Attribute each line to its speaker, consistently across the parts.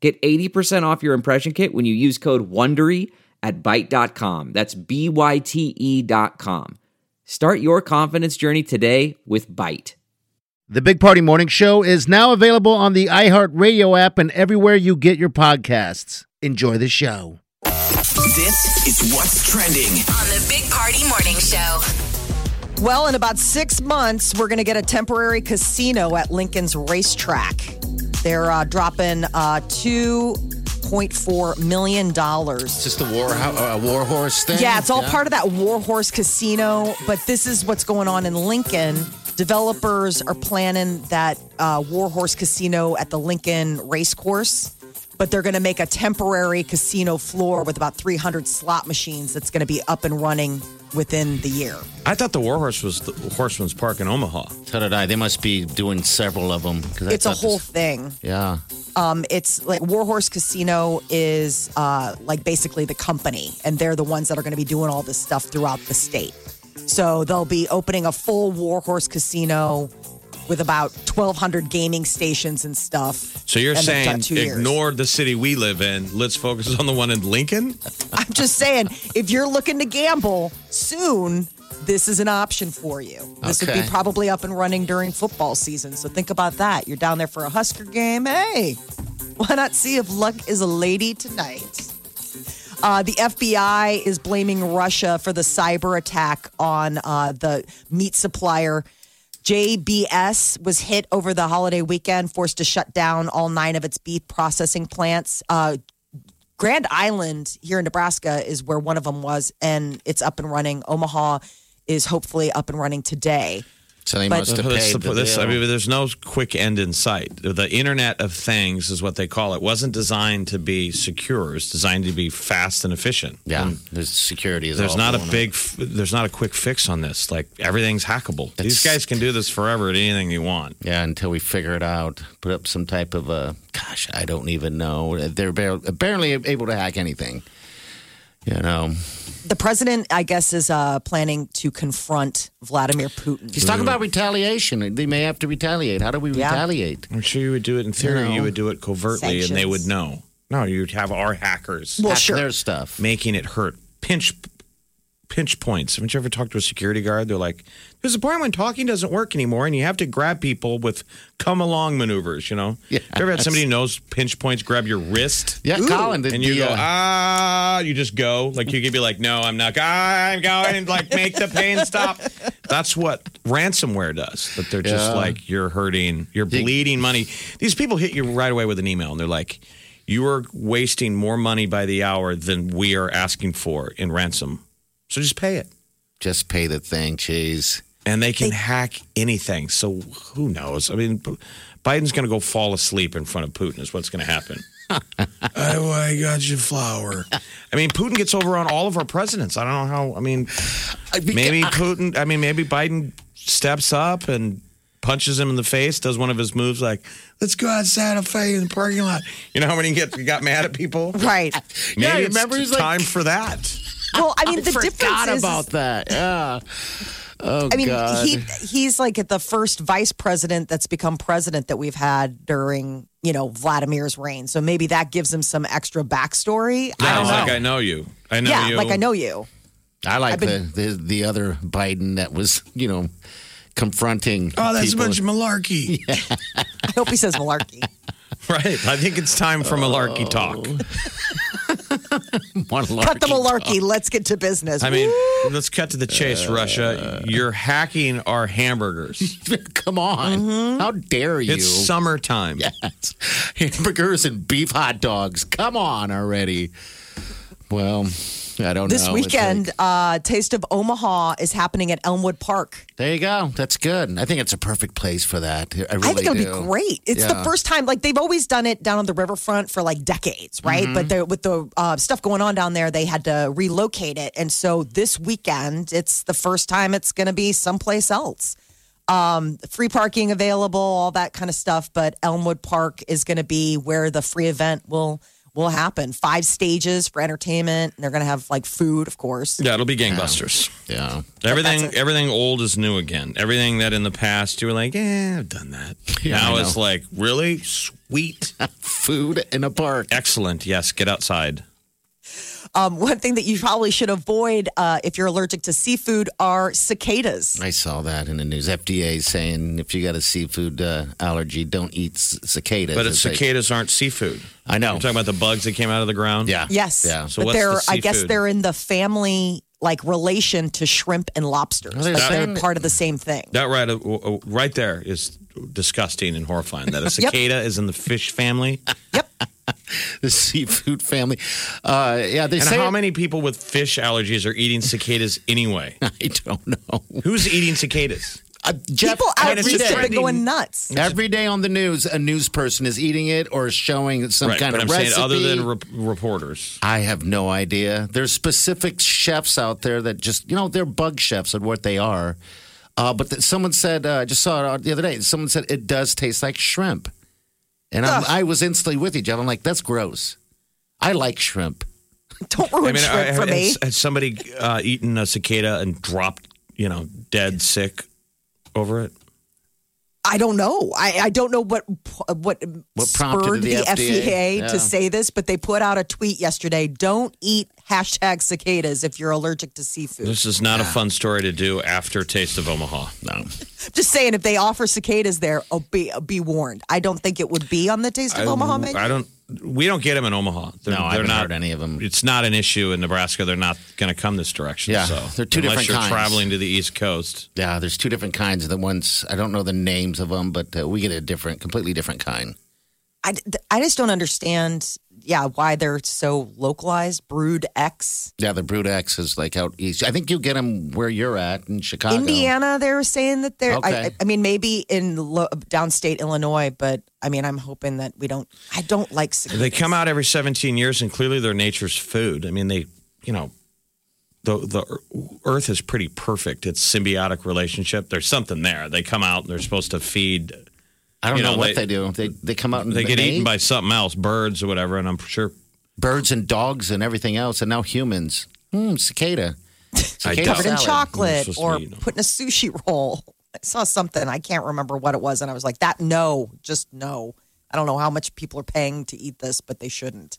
Speaker 1: Get 80% off your impression kit when you use code WONDERY at Byte.com. That's B-Y-T-E E dot com. Start your confidence journey today with Byte.
Speaker 2: The Big Party Morning Show is now available on the iHeartRadio app and everywhere you get your podcasts. Enjoy the show.
Speaker 3: This is what's trending.
Speaker 4: on the Big Party Morning Show.
Speaker 5: Well, in about six months, we're going to get a temporary casino at Lincoln's racetrack. They're uh, dropping uh, $2.4 million.
Speaker 6: It's just a war, ho- uh, a war horse thing.
Speaker 5: Yeah, it's all part of that Warhorse Casino, but this is what's going on in Lincoln. Developers are planning that uh, Warhorse Casino at the Lincoln Racecourse, but they're going to make a temporary casino floor with about 300 slot machines that's going to be up and running within the year.
Speaker 7: I thought the Warhorse was the Horseman's Park in Omaha.
Speaker 6: So did I. They must be doing several of them.
Speaker 5: It's a whole thing.
Speaker 6: yeah.
Speaker 5: um, it's like Warhorse Casino is uh, like basically the company, and they're the ones that are going to be doing all this stuff throughout the state. So they'll be opening a full Warhorse Casino with about 1,200 gaming stations and stuff.
Speaker 7: So you're
Speaker 5: And they've
Speaker 7: saying
Speaker 5: got two years.
Speaker 7: ignore the city we live in. Let's focus on the one in Lincoln.
Speaker 5: I'm just saying, if you're looking to gamble soon, this is an option for you. This would
Speaker 6: Okay.
Speaker 5: be probably up and running during football season. So think about that. You're down there for a Husker game. Hey, why not see if luck is a lady tonight? Uh, the FBI is blaming Russia for the cyber attack on uh, the meat supplier. JBS was hit over the holiday weekend, forced to shut down all nine of its beef processing plants. Uh, Grand Island here in Nebraska is where one of them was, and it's up and running. Omaha is hopefully up and running today.
Speaker 6: So they
Speaker 5: But-
Speaker 6: must have
Speaker 7: That's
Speaker 6: paid
Speaker 7: the-
Speaker 6: the
Speaker 7: this- I
Speaker 6: bill.
Speaker 7: mean, there's no quick end in sight. The Internet of Things is what they call it. Wasn't designed to be secure. It's designed to be fast and efficient.
Speaker 6: yeah. The um, security is.
Speaker 7: There's
Speaker 6: all
Speaker 7: not a
Speaker 6: blown up.
Speaker 7: big, f- there's not a quick fix on this. Like everything's hackable. These guys can do this forever at anything they want.
Speaker 6: Yeah, until we figure it out, put up some type of a. Gosh, I don't even know. They're bar- apparently able to hack anything. You know,
Speaker 5: The president, I guess, is uh, planning to confront Vladimir Putin.
Speaker 6: he's talking about retaliation. They may have to retaliate. How do we
Speaker 5: Yeah.
Speaker 6: retaliate?
Speaker 7: I'm sure you would do it in theory. You,
Speaker 6: know,
Speaker 7: would do it covertly, and they would
Speaker 5: sanctions.
Speaker 7: know. No, you'd have our hackers
Speaker 5: Well,
Speaker 6: hack
Speaker 5: sure.
Speaker 6: their stuff.
Speaker 7: making it hurt. Pinch, pinch points. Haven't you ever talked to a security guard? They're like, "There's a point when talking doesn't work anymore, and you have to grab people with come along maneuvers." You know,
Speaker 6: Yeah.
Speaker 7: You ever had somebody who knows pinch points grab your wrist?
Speaker 6: Yeah, Colin. The,
Speaker 7: And you
Speaker 6: the,
Speaker 7: go
Speaker 6: uh,
Speaker 7: ah, you just go like you could be like, no, I'm not. go- I'm going like make the pain stop. That's what ransomware does. But they're just
Speaker 6: Yeah.
Speaker 7: like you're hurting, you're bleeding money. These people hit you right away with an email, and they're like, you are wasting more money by the hour than we are asking for in ransom. So just pay it.
Speaker 6: just pay the thing. Jeez.
Speaker 7: And they can hack anything. So who knows? I mean, B- Biden's going to go fall asleep in front of Putin, is what's going to happen. oh, I got you, flower. I mean, Putin gets over on all of our presidents. I don't know how. I mean, maybe Putin, I mean, maybe Biden steps up and punches him in the face, does one of his moves like, let's go outside and fight in the parking lot. You know how when he gets, he got mad at people?
Speaker 5: Right.
Speaker 7: Maybe
Speaker 6: Yeah, I
Speaker 7: it's
Speaker 6: remember he's like-
Speaker 7: time for that.
Speaker 5: Well, I mean,
Speaker 6: I
Speaker 5: the
Speaker 6: forgot
Speaker 5: difference is,
Speaker 6: about that. Yeah. Oh
Speaker 5: I mean,
Speaker 6: God.
Speaker 5: he he's like the first vice president that's become president that we've had during you know Vladimir's reign. So maybe that gives him some extra backstory. I don't
Speaker 7: it's
Speaker 5: know.
Speaker 7: like, I know you. I know
Speaker 5: yeah,
Speaker 7: you.
Speaker 5: like I know you.
Speaker 6: I like
Speaker 5: I've been-
Speaker 6: the, the the other Biden that was, you know, confronting.
Speaker 5: Oh,
Speaker 7: Oh,
Speaker 6: people.
Speaker 7: malarkey.
Speaker 5: I hope he says malarkey.
Speaker 7: Right. I think it's time for
Speaker 6: Oh.
Speaker 7: malarkey talk.
Speaker 6: One
Speaker 5: Cut the
Speaker 6: large-
Speaker 5: malarkey. Let's get to business.
Speaker 7: I mean, let's cut to the chase, Russia. You're hacking our hamburgers.
Speaker 6: Come on.
Speaker 5: Mm-hmm.
Speaker 6: How dare you?
Speaker 7: It's summertime.
Speaker 6: Hamburgers and beef hot dogs. Come on already. Well, I don't know.
Speaker 5: This
Speaker 6: It's
Speaker 5: weekend,
Speaker 6: like-
Speaker 5: uh, Taste of Omaha is happening at Elmwood Park.
Speaker 6: there you go. That's good. I think it's a perfect place for that. I really
Speaker 5: I think it'll
Speaker 6: do.
Speaker 5: be great. It's the
Speaker 6: Yeah.
Speaker 5: first time, like they've always done it down on the riverfront for like decades, right?
Speaker 6: Mm-hmm.
Speaker 5: But the, with the uh, stuff going on down there, they had to relocate it, and so this weekend, it's the first time it's going to be someplace else. Um, free parking available, all that kind of stuff. But Elmwood Park is going to be where the free event will will happen. Five stages for entertainment. And they're going to have like food, of course.
Speaker 7: Yeah, it'll be gangbusters.
Speaker 6: Yeah.
Speaker 7: Everything, everything old is new again. Everything that in the past you were like, yeah, I've done that.
Speaker 6: Yeah,
Speaker 7: now
Speaker 6: I
Speaker 7: it's
Speaker 6: know.
Speaker 7: like really sweet,
Speaker 6: Food in a park.
Speaker 7: excellent. Yes, get outside.
Speaker 5: Um, one thing that you probably should avoid uh, if you're allergic to seafood are cicadas.
Speaker 6: I saw that in the news. FDA saying if you got a seafood uh, allergy, don't eat c- cicadas.
Speaker 7: But it's
Speaker 6: like-
Speaker 7: cicadas aren't seafood.
Speaker 6: I know.
Speaker 7: You're talking about the bugs that came out of the ground.
Speaker 6: yeah.
Speaker 5: Yes.
Speaker 6: Yeah.
Speaker 7: So
Speaker 5: but
Speaker 7: what's
Speaker 5: they're,
Speaker 7: the
Speaker 5: I guess
Speaker 7: seafood?
Speaker 5: they're in the family like relation to shrimp and lobsters.
Speaker 6: they're
Speaker 5: like they're
Speaker 6: saying-
Speaker 5: part of the same thing.
Speaker 7: That right, uh, uh, right there is disgusting and horrifying. That a cicada is in the fish family.
Speaker 6: the seafood family. Uh, yeah, they
Speaker 7: And
Speaker 6: say
Speaker 7: how many people with fish allergies are eating cicadas anyway?
Speaker 6: I don't know.
Speaker 7: Who's eating cicadas?
Speaker 6: Uh, Jeff,
Speaker 5: People out
Speaker 6: every
Speaker 5: east
Speaker 6: day-
Speaker 5: have been
Speaker 7: trending.
Speaker 5: going nuts.
Speaker 6: Every day on the news, a news person is eating it or showing some
Speaker 7: right,
Speaker 6: kind
Speaker 7: but
Speaker 6: of
Speaker 7: I'm
Speaker 6: recipe.
Speaker 7: saying other than rep- reporters.
Speaker 6: I have no idea. There's specific chefs out there that just, you know, they're bug chefs at what they are. Uh, but that someone said, uh, I just saw it the other day. Someone said it does taste like shrimp, and I'm, I was instantly with you, Jeff. I'm like, that's gross. I like shrimp.
Speaker 5: Don't ruin shrimp for
Speaker 7: has,
Speaker 5: me.
Speaker 7: has somebody uh, eaten a cicada and dropped, you know, dead sick over it?
Speaker 5: I don't know. I, I don't know what what,
Speaker 6: What
Speaker 5: spurred
Speaker 6: prompted
Speaker 5: the, FDA,
Speaker 6: the FDA?
Speaker 5: to
Speaker 6: Yeah.
Speaker 5: say this, but they put out a tweet yesterday. Don't eat hashtag cicadas if you're allergic to seafood.
Speaker 7: This is not a fun story to do after Taste of Omaha.
Speaker 6: No,
Speaker 5: Just saying, if they offer cicadas there, oh, be be warned. I don't think it would be on the Taste of Omaha menu.
Speaker 7: I don't. We don't get them in Omaha. They're,
Speaker 6: No, I
Speaker 7: they're
Speaker 6: haven't
Speaker 7: not
Speaker 6: heard any of 'em.
Speaker 7: It's not an issue in Nebraska. They're not going to come this direction.
Speaker 6: Yeah,
Speaker 7: so
Speaker 6: they're two
Speaker 7: unless
Speaker 6: different
Speaker 7: you're
Speaker 6: kinds.
Speaker 7: traveling to the East Coast.
Speaker 6: yeah. There's two different kinds of the ones. I don't know the names of them, but uh, we get a different, completely different kind.
Speaker 5: I, I just don't understand. Yeah, why they're so localized? Brood X,
Speaker 6: Yeah, the Brood X is like out east. I think you get them where you're at in Chicago.
Speaker 5: Indiana. They were saying that they're. I, I,
Speaker 6: Okay.
Speaker 5: I mean, maybe in lo- downstate Illinois, but I mean, I'm hoping that we don't. I don't like. cicadas.
Speaker 7: They come out every 17 years, and clearly they're nature's food. I mean, they, you know, the the ear- Earth is pretty perfect. It's symbiotic relationship. There's something there. They come out and they're supposed to feed.
Speaker 6: I don't
Speaker 7: You
Speaker 6: know,
Speaker 7: know,
Speaker 6: what
Speaker 7: they-
Speaker 6: they, do. They they come out and
Speaker 7: They get
Speaker 6: they
Speaker 7: eaten
Speaker 6: eat
Speaker 7: by something else, birds or whatever. And I'm sure
Speaker 6: birds and dogs and everything else, and now humans. Hmm, cicada. Cicada
Speaker 7: doubt-
Speaker 5: covered in
Speaker 6: salad.
Speaker 5: chocolate
Speaker 7: It's just
Speaker 5: or
Speaker 7: meat.
Speaker 5: put in a sushi roll. I saw something. I can't remember what it was, and I was like, "That no, just no." I don't know how much people are paying to eat this, but they shouldn't.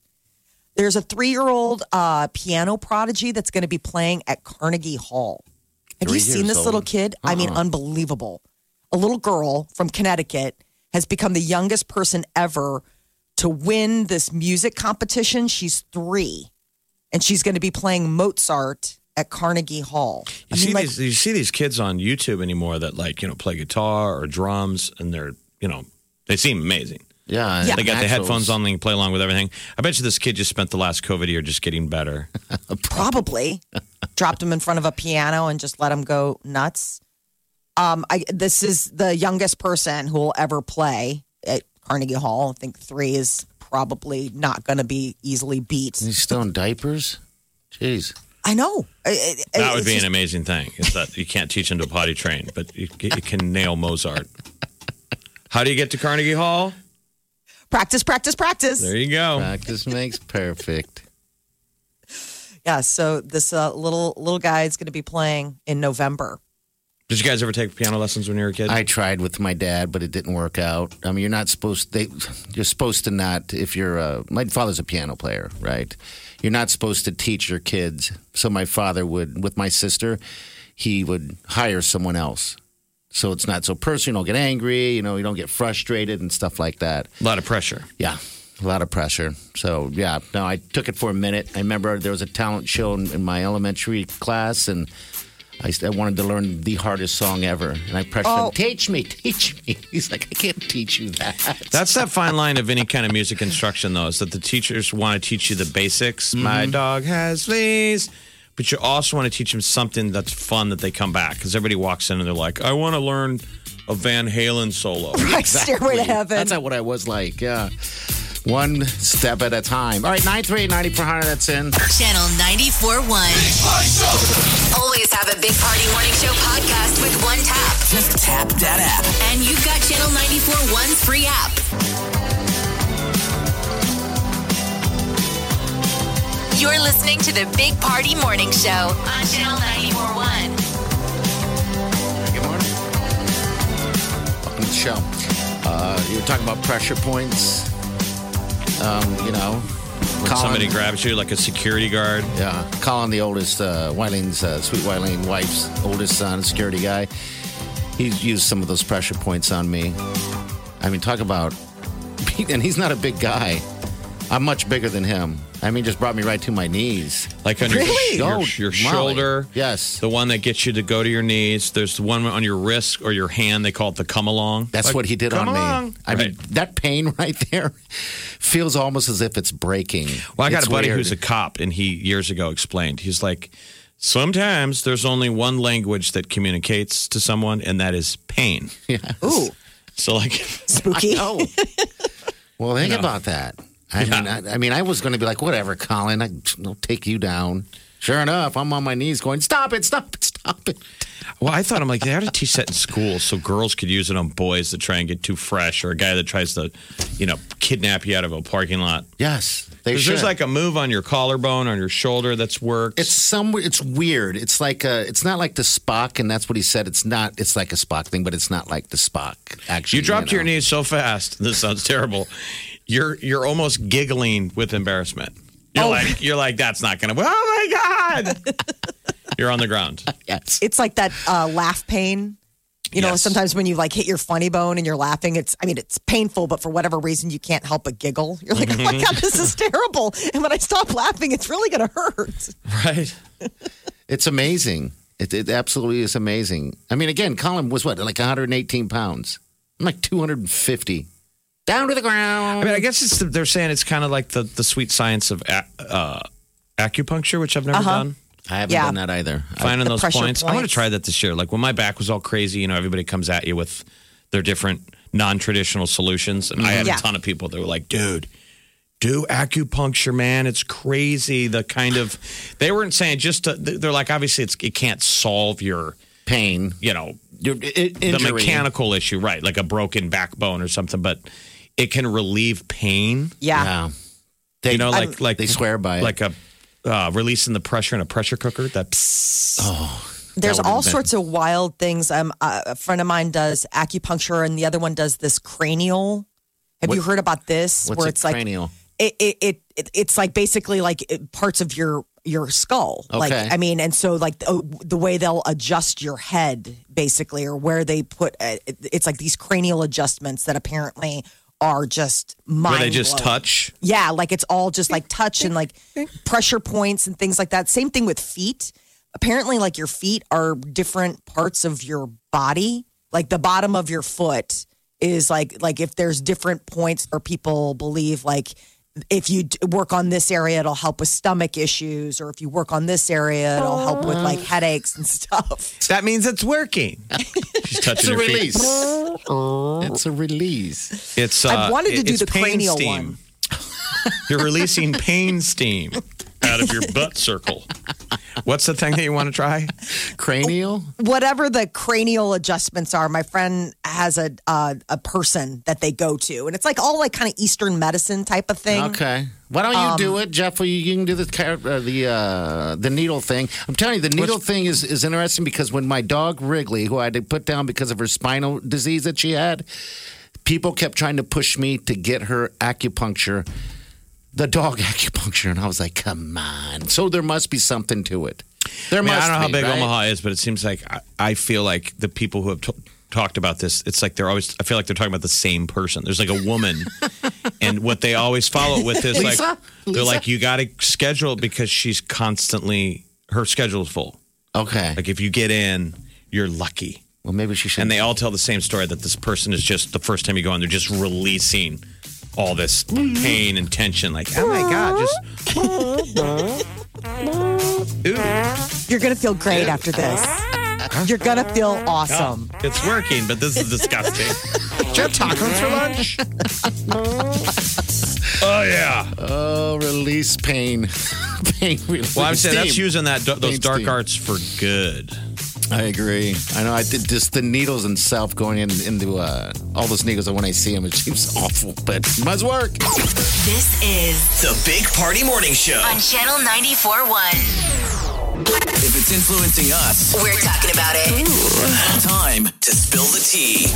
Speaker 5: There's a three-year-old uh, piano prodigy that's going to be playing at Carnegie Hall. Have you
Speaker 6: Three
Speaker 5: seen
Speaker 6: years
Speaker 5: this little
Speaker 6: old. Uh-huh.
Speaker 5: kid? I mean, unbelievable. A little girl from Connecticut has become the youngest person ever to win this music competition. She's three, and she's going to be playing Mozart at Carnegie Hall.
Speaker 7: You see these you see these kids on YouTube anymore that like, you know, play guitar or drums and they're, you know, they seem amazing.
Speaker 6: Yeah,
Speaker 7: They got the
Speaker 6: Axles.
Speaker 7: headphones on, they can play along with everything. I bet you this kid just spent the last COVID year just getting better.
Speaker 5: probably dropped him in front of a piano and just let him go nuts. Um, I this is the youngest person who will ever play at Carnegie Hall. I think three is probably not going to be easily beat.
Speaker 6: He's still in diapers. Jeez.
Speaker 5: I know I- I-
Speaker 7: That would
Speaker 5: it's
Speaker 7: be an
Speaker 5: just-
Speaker 7: amazing thing. Is that you can't teach them to potty train, but you, c- you can nail Mozart. How do you get to Carnegie Hall?
Speaker 5: practice, practice, practice.
Speaker 7: There you go.
Speaker 6: Practice makes perfect.
Speaker 5: Yeah. So this uh, little little guy is going to be playing in November.
Speaker 7: Did you guys ever take piano lessons when you were a kid?
Speaker 6: I tried with my dad, but it didn't work out. I mean, you're not supposed they you're supposed to not if you're uh my father's a piano player, right? You're not supposed to teach your kids. So my father would with my sister, he would hire someone else. So it's not so personal, get angry, you know, you don't get frustrated and stuff like that.
Speaker 7: a lot of pressure.
Speaker 6: Yeah, a lot of pressure. So yeah, no, I took it for a minute. I remember there was a talent show in, in my elementary class, and I, s- I wanted to learn the hardest song ever, and I pressured
Speaker 5: Oh.
Speaker 6: him, teach me, teach me. He's like, I can't teach you that.
Speaker 7: That's that fine line of any kind of music instruction, though, is that the teachers want to teach you the basics. My dog has fleas. But you also want to teach them something that's fun that they come back because everybody walks in and they're like, I want to learn a Van Halen solo.
Speaker 5: Right, Stairway to Heaven.
Speaker 6: That's not what I was like. Yeah. One step at a time. All right, 938 9400, that's in.
Speaker 4: Channel 94.1. Always have a Big Party Morning Show podcast with one tap.
Speaker 3: Just tap that app.
Speaker 4: And you've got Channel 94.1's free app. You're listening to the Big Party Morning Show on Channel 94.1.
Speaker 6: Good morning. Welcome to the show. Uh, you were talking about pressure points. Um, you know,
Speaker 7: When somebody grabs you like a security guard.
Speaker 6: Yeah, Colin, the oldest, uh, Wylene's, uh, sweet Wylene wife's oldest son, security guy. He's used some of those pressure points on me. I mean, talk about, and he's not a big guy. I'm much bigger than him. I mean, just brought me right to my knees.
Speaker 7: Like on
Speaker 6: Really?
Speaker 7: your,
Speaker 6: Oh,
Speaker 7: your, your
Speaker 6: Molly.
Speaker 7: shoulder.
Speaker 6: Yes.
Speaker 7: The one that gets you to go to your knees. There's the one on your wrist or your hand. They call it the come along.
Speaker 6: That's
Speaker 7: Like,
Speaker 6: what he did
Speaker 7: come
Speaker 6: on me.
Speaker 7: along.
Speaker 6: I mean,
Speaker 7: Right.
Speaker 6: that pain right there feels almost as if it's breaking.
Speaker 7: Well, I got
Speaker 6: It's
Speaker 7: a buddy
Speaker 6: weird.
Speaker 7: who's a cop, and he years ago explained he's like, sometimes there's only one language that communicates to someone, and that is pain.
Speaker 5: Ooh,
Speaker 7: So, like,
Speaker 5: spooky.
Speaker 6: Oh. well, think
Speaker 7: know.
Speaker 6: about that. I mean, I, I mean, I was going to be like, whatever, Colin, I, will take you down. Sure enough, I'm on my knees going, stop it, stop it, stop it.
Speaker 7: well, I thought I'm like they ought to teach that in school so girls could use it on boys that try and get too fresh, or a guy that tries to, you know, kidnap you out of a parking lot.
Speaker 6: Yes, they
Speaker 7: 'Cause
Speaker 6: should.
Speaker 7: There's like a move on your collarbone, on your shoulder that's worked.
Speaker 6: it's some. It's weird. It's like a. It's not like the Spock, and that's what he said. It's not. It's like a Spock thing, but it's not like the Spock. Actually,
Speaker 7: you dropped to your
Speaker 6: know.
Speaker 7: knees so fast. This sounds terrible. You're you're almost giggling with embarrassment. You're like you're like that's not gonna. Oh my god! you're on the ground.
Speaker 6: Yes.
Speaker 5: It's like that uh, laugh pain. You know,
Speaker 7: Yes.
Speaker 5: sometimes when you like hit your funny bone and you're laughing, it's, I mean, it's painful, but for whatever reason, you can't help but giggle. You're like, oh my God, this is terrible. And when I stop laughing, it's really going to hurt.
Speaker 7: Right.
Speaker 6: It's amazing. It, it absolutely is amazing. I mean, again, Colin was what, like 118 pounds? I'm like 250. Down to the ground.
Speaker 7: I mean, I guess it's the, they're saying it's kind of like the the sweet science of a, uh, acupuncture, which I've never done.
Speaker 6: I haven't
Speaker 5: Yeah.
Speaker 6: done that either. I,
Speaker 7: Finding those
Speaker 5: pressure
Speaker 7: points. I want to
Speaker 5: points.
Speaker 7: try that this year. Like when my back was all crazy, you know, everybody comes at you with their different non-traditional solutions, and I had
Speaker 5: Yeah.
Speaker 7: a ton of people that were like, "Dude." Do acupuncture, man. It's crazy. The kind of they weren't saying just to, they're like obviously it's it can't solve your
Speaker 6: pain.
Speaker 7: you know
Speaker 6: Your, i- injury.
Speaker 7: the mechanical issue right like a broken backbone or something, but it can relieve pain.
Speaker 5: Yeah.
Speaker 6: Yeah. They,
Speaker 7: you know, like like
Speaker 6: they swear by it.
Speaker 7: like a uh, releasing the pressure in a pressure cooker. That psst.
Speaker 5: There's
Speaker 6: That would've
Speaker 5: all
Speaker 6: been-
Speaker 5: sorts of wild things. Um, uh, a friend of mine does acupuncture, and the other one does this cranial. Have you heard about this?
Speaker 6: what's
Speaker 5: where
Speaker 6: a
Speaker 5: it's like
Speaker 6: cranial?
Speaker 5: it, it, it, it it's like basically like it- parts of your your skull. Like
Speaker 6: Okay.
Speaker 5: I mean, and so like the, the way they'll adjust your head basically, or where they put uh, it, it's like these cranial adjustments that apparently are just mind.
Speaker 7: where they just
Speaker 5: blowing.
Speaker 7: touch.
Speaker 5: Yeah, like it's all just like touch and like pressure points and things like that. Same thing with feet. Apparently, like your feet are different parts of your body. Like the bottom of your foot is like like if there's different points or people believe like if you d- work on this area it'll help with stomach issues or if you work on this area it'll help with like headaches and stuff.
Speaker 7: That means it's working. She's
Speaker 6: it's
Speaker 7: touching
Speaker 6: a
Speaker 7: her feet.
Speaker 6: release. it's a release.
Speaker 7: It's uh,
Speaker 5: I've wanted to
Speaker 7: it-
Speaker 5: do
Speaker 7: it's
Speaker 5: the
Speaker 7: pain
Speaker 5: cranial
Speaker 7: steam. You're releasing pain steam out of your butt circle. What's the thing that you want to try?
Speaker 6: Cranial?
Speaker 5: whatever the cranial adjustments are, my friend has a uh, a person that they go to, and it's like all like kind of Eastern medicine type of thing.
Speaker 6: Okay. Why don't you do it, Jeff? Well, you, you can do the car- uh, the uh, the needle thing. I'm telling you, the needle thing is, is interesting because when my dog Wrigley, who I had to put down because of her spinal disease that she had, people kept trying to push me to get her acupuncture, the dog acupuncture, and I was like, come on. So there must be something to it. There
Speaker 7: I, mean, I
Speaker 6: must.
Speaker 7: don't know how
Speaker 6: be,
Speaker 7: big
Speaker 6: right?
Speaker 7: Omaha is, but it seems like I, I feel like the people who have t- talked about this, it's like they're always. I feel like they're talking about the same person. There's like a woman, and what they always follow it with is like
Speaker 6: Lisa?
Speaker 7: they're
Speaker 6: Lisa?
Speaker 7: like you got to schedule it because she's constantly her schedule's full.
Speaker 6: Okay.
Speaker 7: Like if you get in, you're lucky.
Speaker 6: Well, maybe she should.
Speaker 7: And they all tell the same story that this person is just the first time you go in, they're just releasing all this pain and tension. Like, oh my God, just. Ooh,
Speaker 5: You're going to feel great after this. You're going to feel awesome.
Speaker 7: it's working, but this is disgusting. Did you have tacos for lunch? oh, yeah.
Speaker 6: oh, release pain. pain release.
Speaker 7: Well, I'm saying that's
Speaker 6: Steam.
Speaker 7: using that those
Speaker 6: Pain
Speaker 7: dark
Speaker 6: steam.
Speaker 7: arts for good.
Speaker 6: I agree. I know. I did just the needles and self going in, into uh, all those needles. And when I see them, it seems awful, but it must work.
Speaker 4: This is
Speaker 3: The Big Party Morning Show.
Speaker 4: on Channel 94.1.
Speaker 3: If it's influencing us,
Speaker 4: We're talking about it.
Speaker 3: time to spill the tea.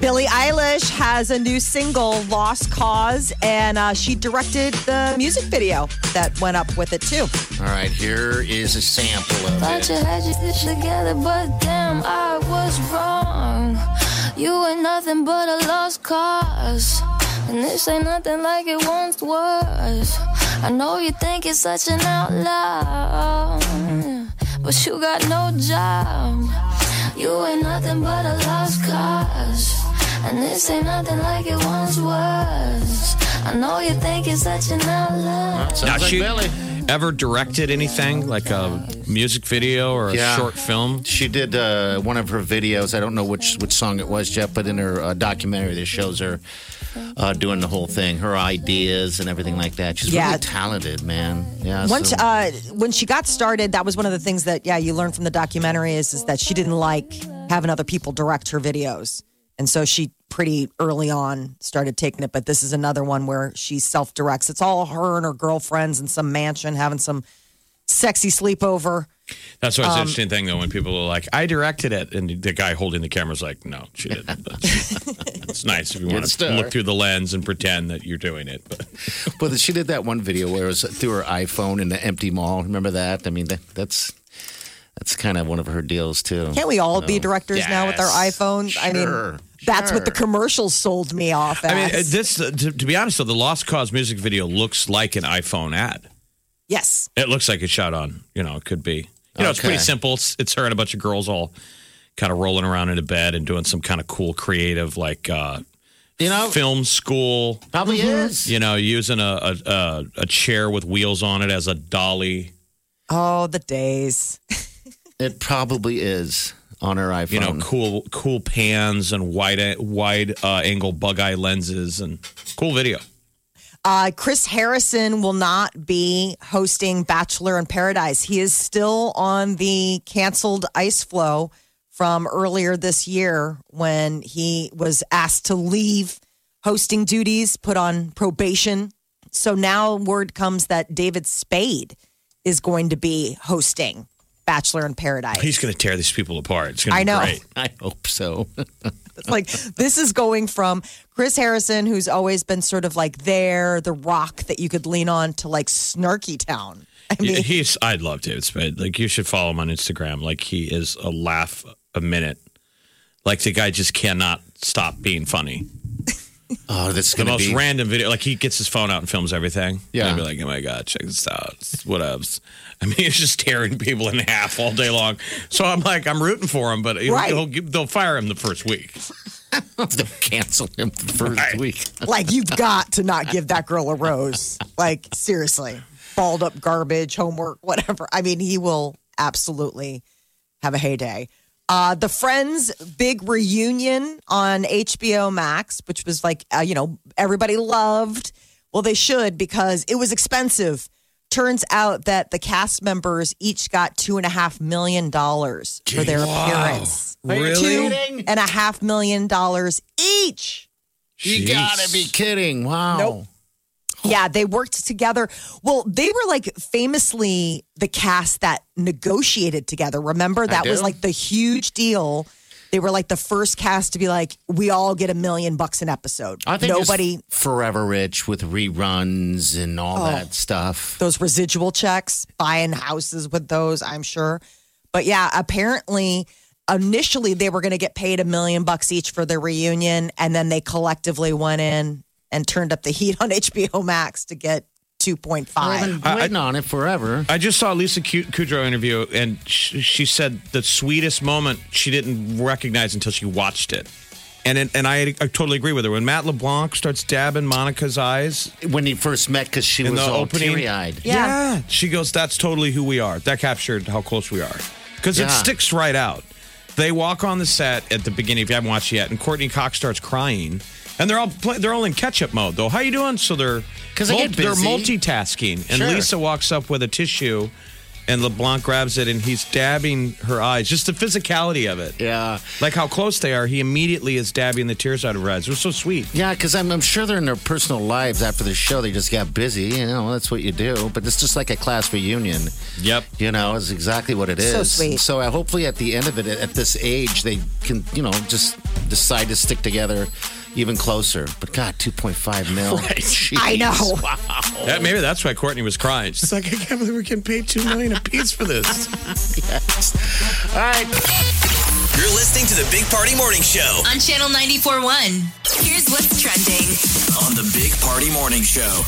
Speaker 5: Billie Eilish has a new single, Lost Cause, and uh, she directed the music video that went up with it, too.
Speaker 6: All right, here is a sample of
Speaker 8: Thought
Speaker 6: it.
Speaker 8: you had your shit together, but damn, I was wrong. You were nothing but a lost cause. And this ain't nothing like it once was. I know you think you're such an outlaw, but you got no job. You ain't nothing but a lost cause. And this ain't nothing like it once was. I know you think you're such an outlaw.
Speaker 6: Sounds
Speaker 7: Now,
Speaker 6: like
Speaker 7: she
Speaker 6: Billy.
Speaker 7: ever directed anything like a music video or a
Speaker 6: Yeah.
Speaker 7: short film?
Speaker 6: She did uh, one of her videos. I don't know which which song it was, Jeff, but in her uh, documentary that shows her uh, doing the whole thing, her ideas and everything like that. She's
Speaker 5: Yeah.
Speaker 6: really talented, man. Yeah.
Speaker 5: Once
Speaker 6: so-
Speaker 5: uh, when she got started, that was one of the things that yeah you learn from the documentary is is that she didn't like having other people direct her videos, and so she pretty early on started taking it. But this is another one where she self directs. It's all her and her girlfriends in some mansion having some sexy sleepover.
Speaker 7: That's what's interesting thing though when people are like, "I directed it," and the guy holding the camera's like, "No, she didn't." But it's nice if you want
Speaker 6: It's
Speaker 7: to
Speaker 6: her.
Speaker 7: look through the lens and pretend that you're doing it. But
Speaker 6: Well, she did that one video where it was through her iPhone in the empty mall. Remember that? I mean, that, that's that's kind of one of her deals too.
Speaker 5: Can't we all be directors now with our
Speaker 6: Oh, Yes.
Speaker 5: iPhones? I mean,
Speaker 6: Sure,
Speaker 5: that's what the
Speaker 6: sure.
Speaker 5: commercials sold me off. As.
Speaker 7: I mean, uh, this uh, to, to be honest though, the Lost Cause music video looks like an iPhone ad.
Speaker 5: yes,
Speaker 7: It looks like it's shot on. You know, it could be. You know, it's
Speaker 6: Okay.
Speaker 7: pretty simple. It's, it's her and a bunch of girls all kind of rolling around in a bed and doing some kind of cool, creative, like uh,
Speaker 6: You know,
Speaker 7: film school.
Speaker 6: probably is.
Speaker 7: You know, using a, a a a chair with wheels on it as a dolly.
Speaker 5: oh the days.
Speaker 6: It probably is on her iPhone.
Speaker 7: You know, cool cool pans and wide wide uh, angle bug eye lenses and cool video.
Speaker 5: Uh, Chris Harrison will not be hosting Bachelor in Paradise. He is still on the canceled ice flow from earlier this year when he was asked to leave hosting duties, put on probation. So now word comes that David Spade is going to be hosting Bachelor in Paradise.
Speaker 7: He's going to tear these people apart. It's going to
Speaker 5: I
Speaker 7: be
Speaker 5: know.
Speaker 7: great.
Speaker 6: I hope so.
Speaker 5: like this is going from Chris Harrison, who's always been sort of like there, the rock that you could lean on, to like Snarky Town. I mean,
Speaker 7: Yeah, he's. I'd love David Spade. Like you should follow him on Instagram. Like he is a laugh a minute. Like the guy just cannot stop being funny.
Speaker 6: Oh, that's
Speaker 7: The
Speaker 6: gonna
Speaker 7: most
Speaker 6: be
Speaker 7: random video. Like he gets his phone out and films everything.
Speaker 6: Yeah.
Speaker 7: And I'd be like, oh my god, check this out. What else? I mean, he's just tearing people in half all day long. So I'm like, I'm rooting for him, but he'll,
Speaker 5: Right.
Speaker 7: he'll give- they'll fire him the first week.
Speaker 6: They'll cancel him the first
Speaker 7: Right.
Speaker 6: week.
Speaker 5: like you've got to not give that girl a rose. Like seriously, balled up garbage, homework, whatever. I mean, he will absolutely have a heyday. Uh, the Friends big reunion on HBO Max, which was like uh, you know everybody loved. Well, they should because it was expensive. Turns out that the cast members each got two and a half million dollars for their appearance. Two and a half million dollars each.
Speaker 6: You gotta be kidding! Wow.
Speaker 5: Nope. Yeah, they worked together. Well, they were like famously the cast that negotiated together. Remember that was
Speaker 6: do.
Speaker 5: like the huge deal. They were like the first cast to be like, we all get a million bucks an episode.
Speaker 6: I think
Speaker 5: Nobody
Speaker 6: just forever rich with reruns and all that stuff.
Speaker 5: those residual checks, buying houses with those, I'm sure. But yeah, apparently initially they were going to get paid a million bucks each for their reunion and then they collectively went in and turned up the heat on HBO Max to get
Speaker 6: I've
Speaker 5: 2.5.
Speaker 6: been waiting on it forever.
Speaker 7: I just saw Lisa Cu- Kudrow interview, and she, she said the sweetest moment she didn't recognize until she watched it. And it, and I, I totally agree with her. When Matt LeBlanc starts dabbing Monica's eyes
Speaker 6: When he first met, because she
Speaker 7: in
Speaker 6: was
Speaker 7: the
Speaker 6: all
Speaker 7: opening,
Speaker 6: teary eyed.
Speaker 5: Yeah.
Speaker 7: she goes, "That's totally who we are." That captured how close we are because it
Speaker 6: Yeah.
Speaker 7: sticks right out. They walk on the set at the beginning. If you haven't watched it yet, and Courtney Cox starts crying, and they're all play, they're all in catch up mode though. How you doing? So they're
Speaker 6: 'Cause they get
Speaker 7: they're
Speaker 6: busy.
Speaker 7: multitasking, and
Speaker 6: Sure.
Speaker 7: Lisa walks up with a tissue. And LeBlanc grabs it and he's dabbing her eyes. Just the physicality of it.
Speaker 6: Yeah.
Speaker 7: Like how close they are, he immediately is dabbing the tears out of her eyes. It was so sweet.
Speaker 6: Yeah, because I'm, I'm sure they're in their personal lives after the show. They just got busy. You know, that's what you do. But it's just like a class reunion.
Speaker 7: Yep.
Speaker 6: You know, it's exactly what it is.
Speaker 5: So sweet.
Speaker 6: So I, hopefully at the end of it, at, at this age, they can, you know, just decide to stick together even closer. But God, 2.5 mil.
Speaker 5: I know.
Speaker 7: That, maybe that's why Courtney was crying. She's like, I can't believe we're getting paid $2 million apiece for this.
Speaker 6: All right.
Speaker 3: You're listening to the Big Party Morning Show
Speaker 4: On Channel 94.1, here's what's trending.
Speaker 3: on the Big Party Morning Show.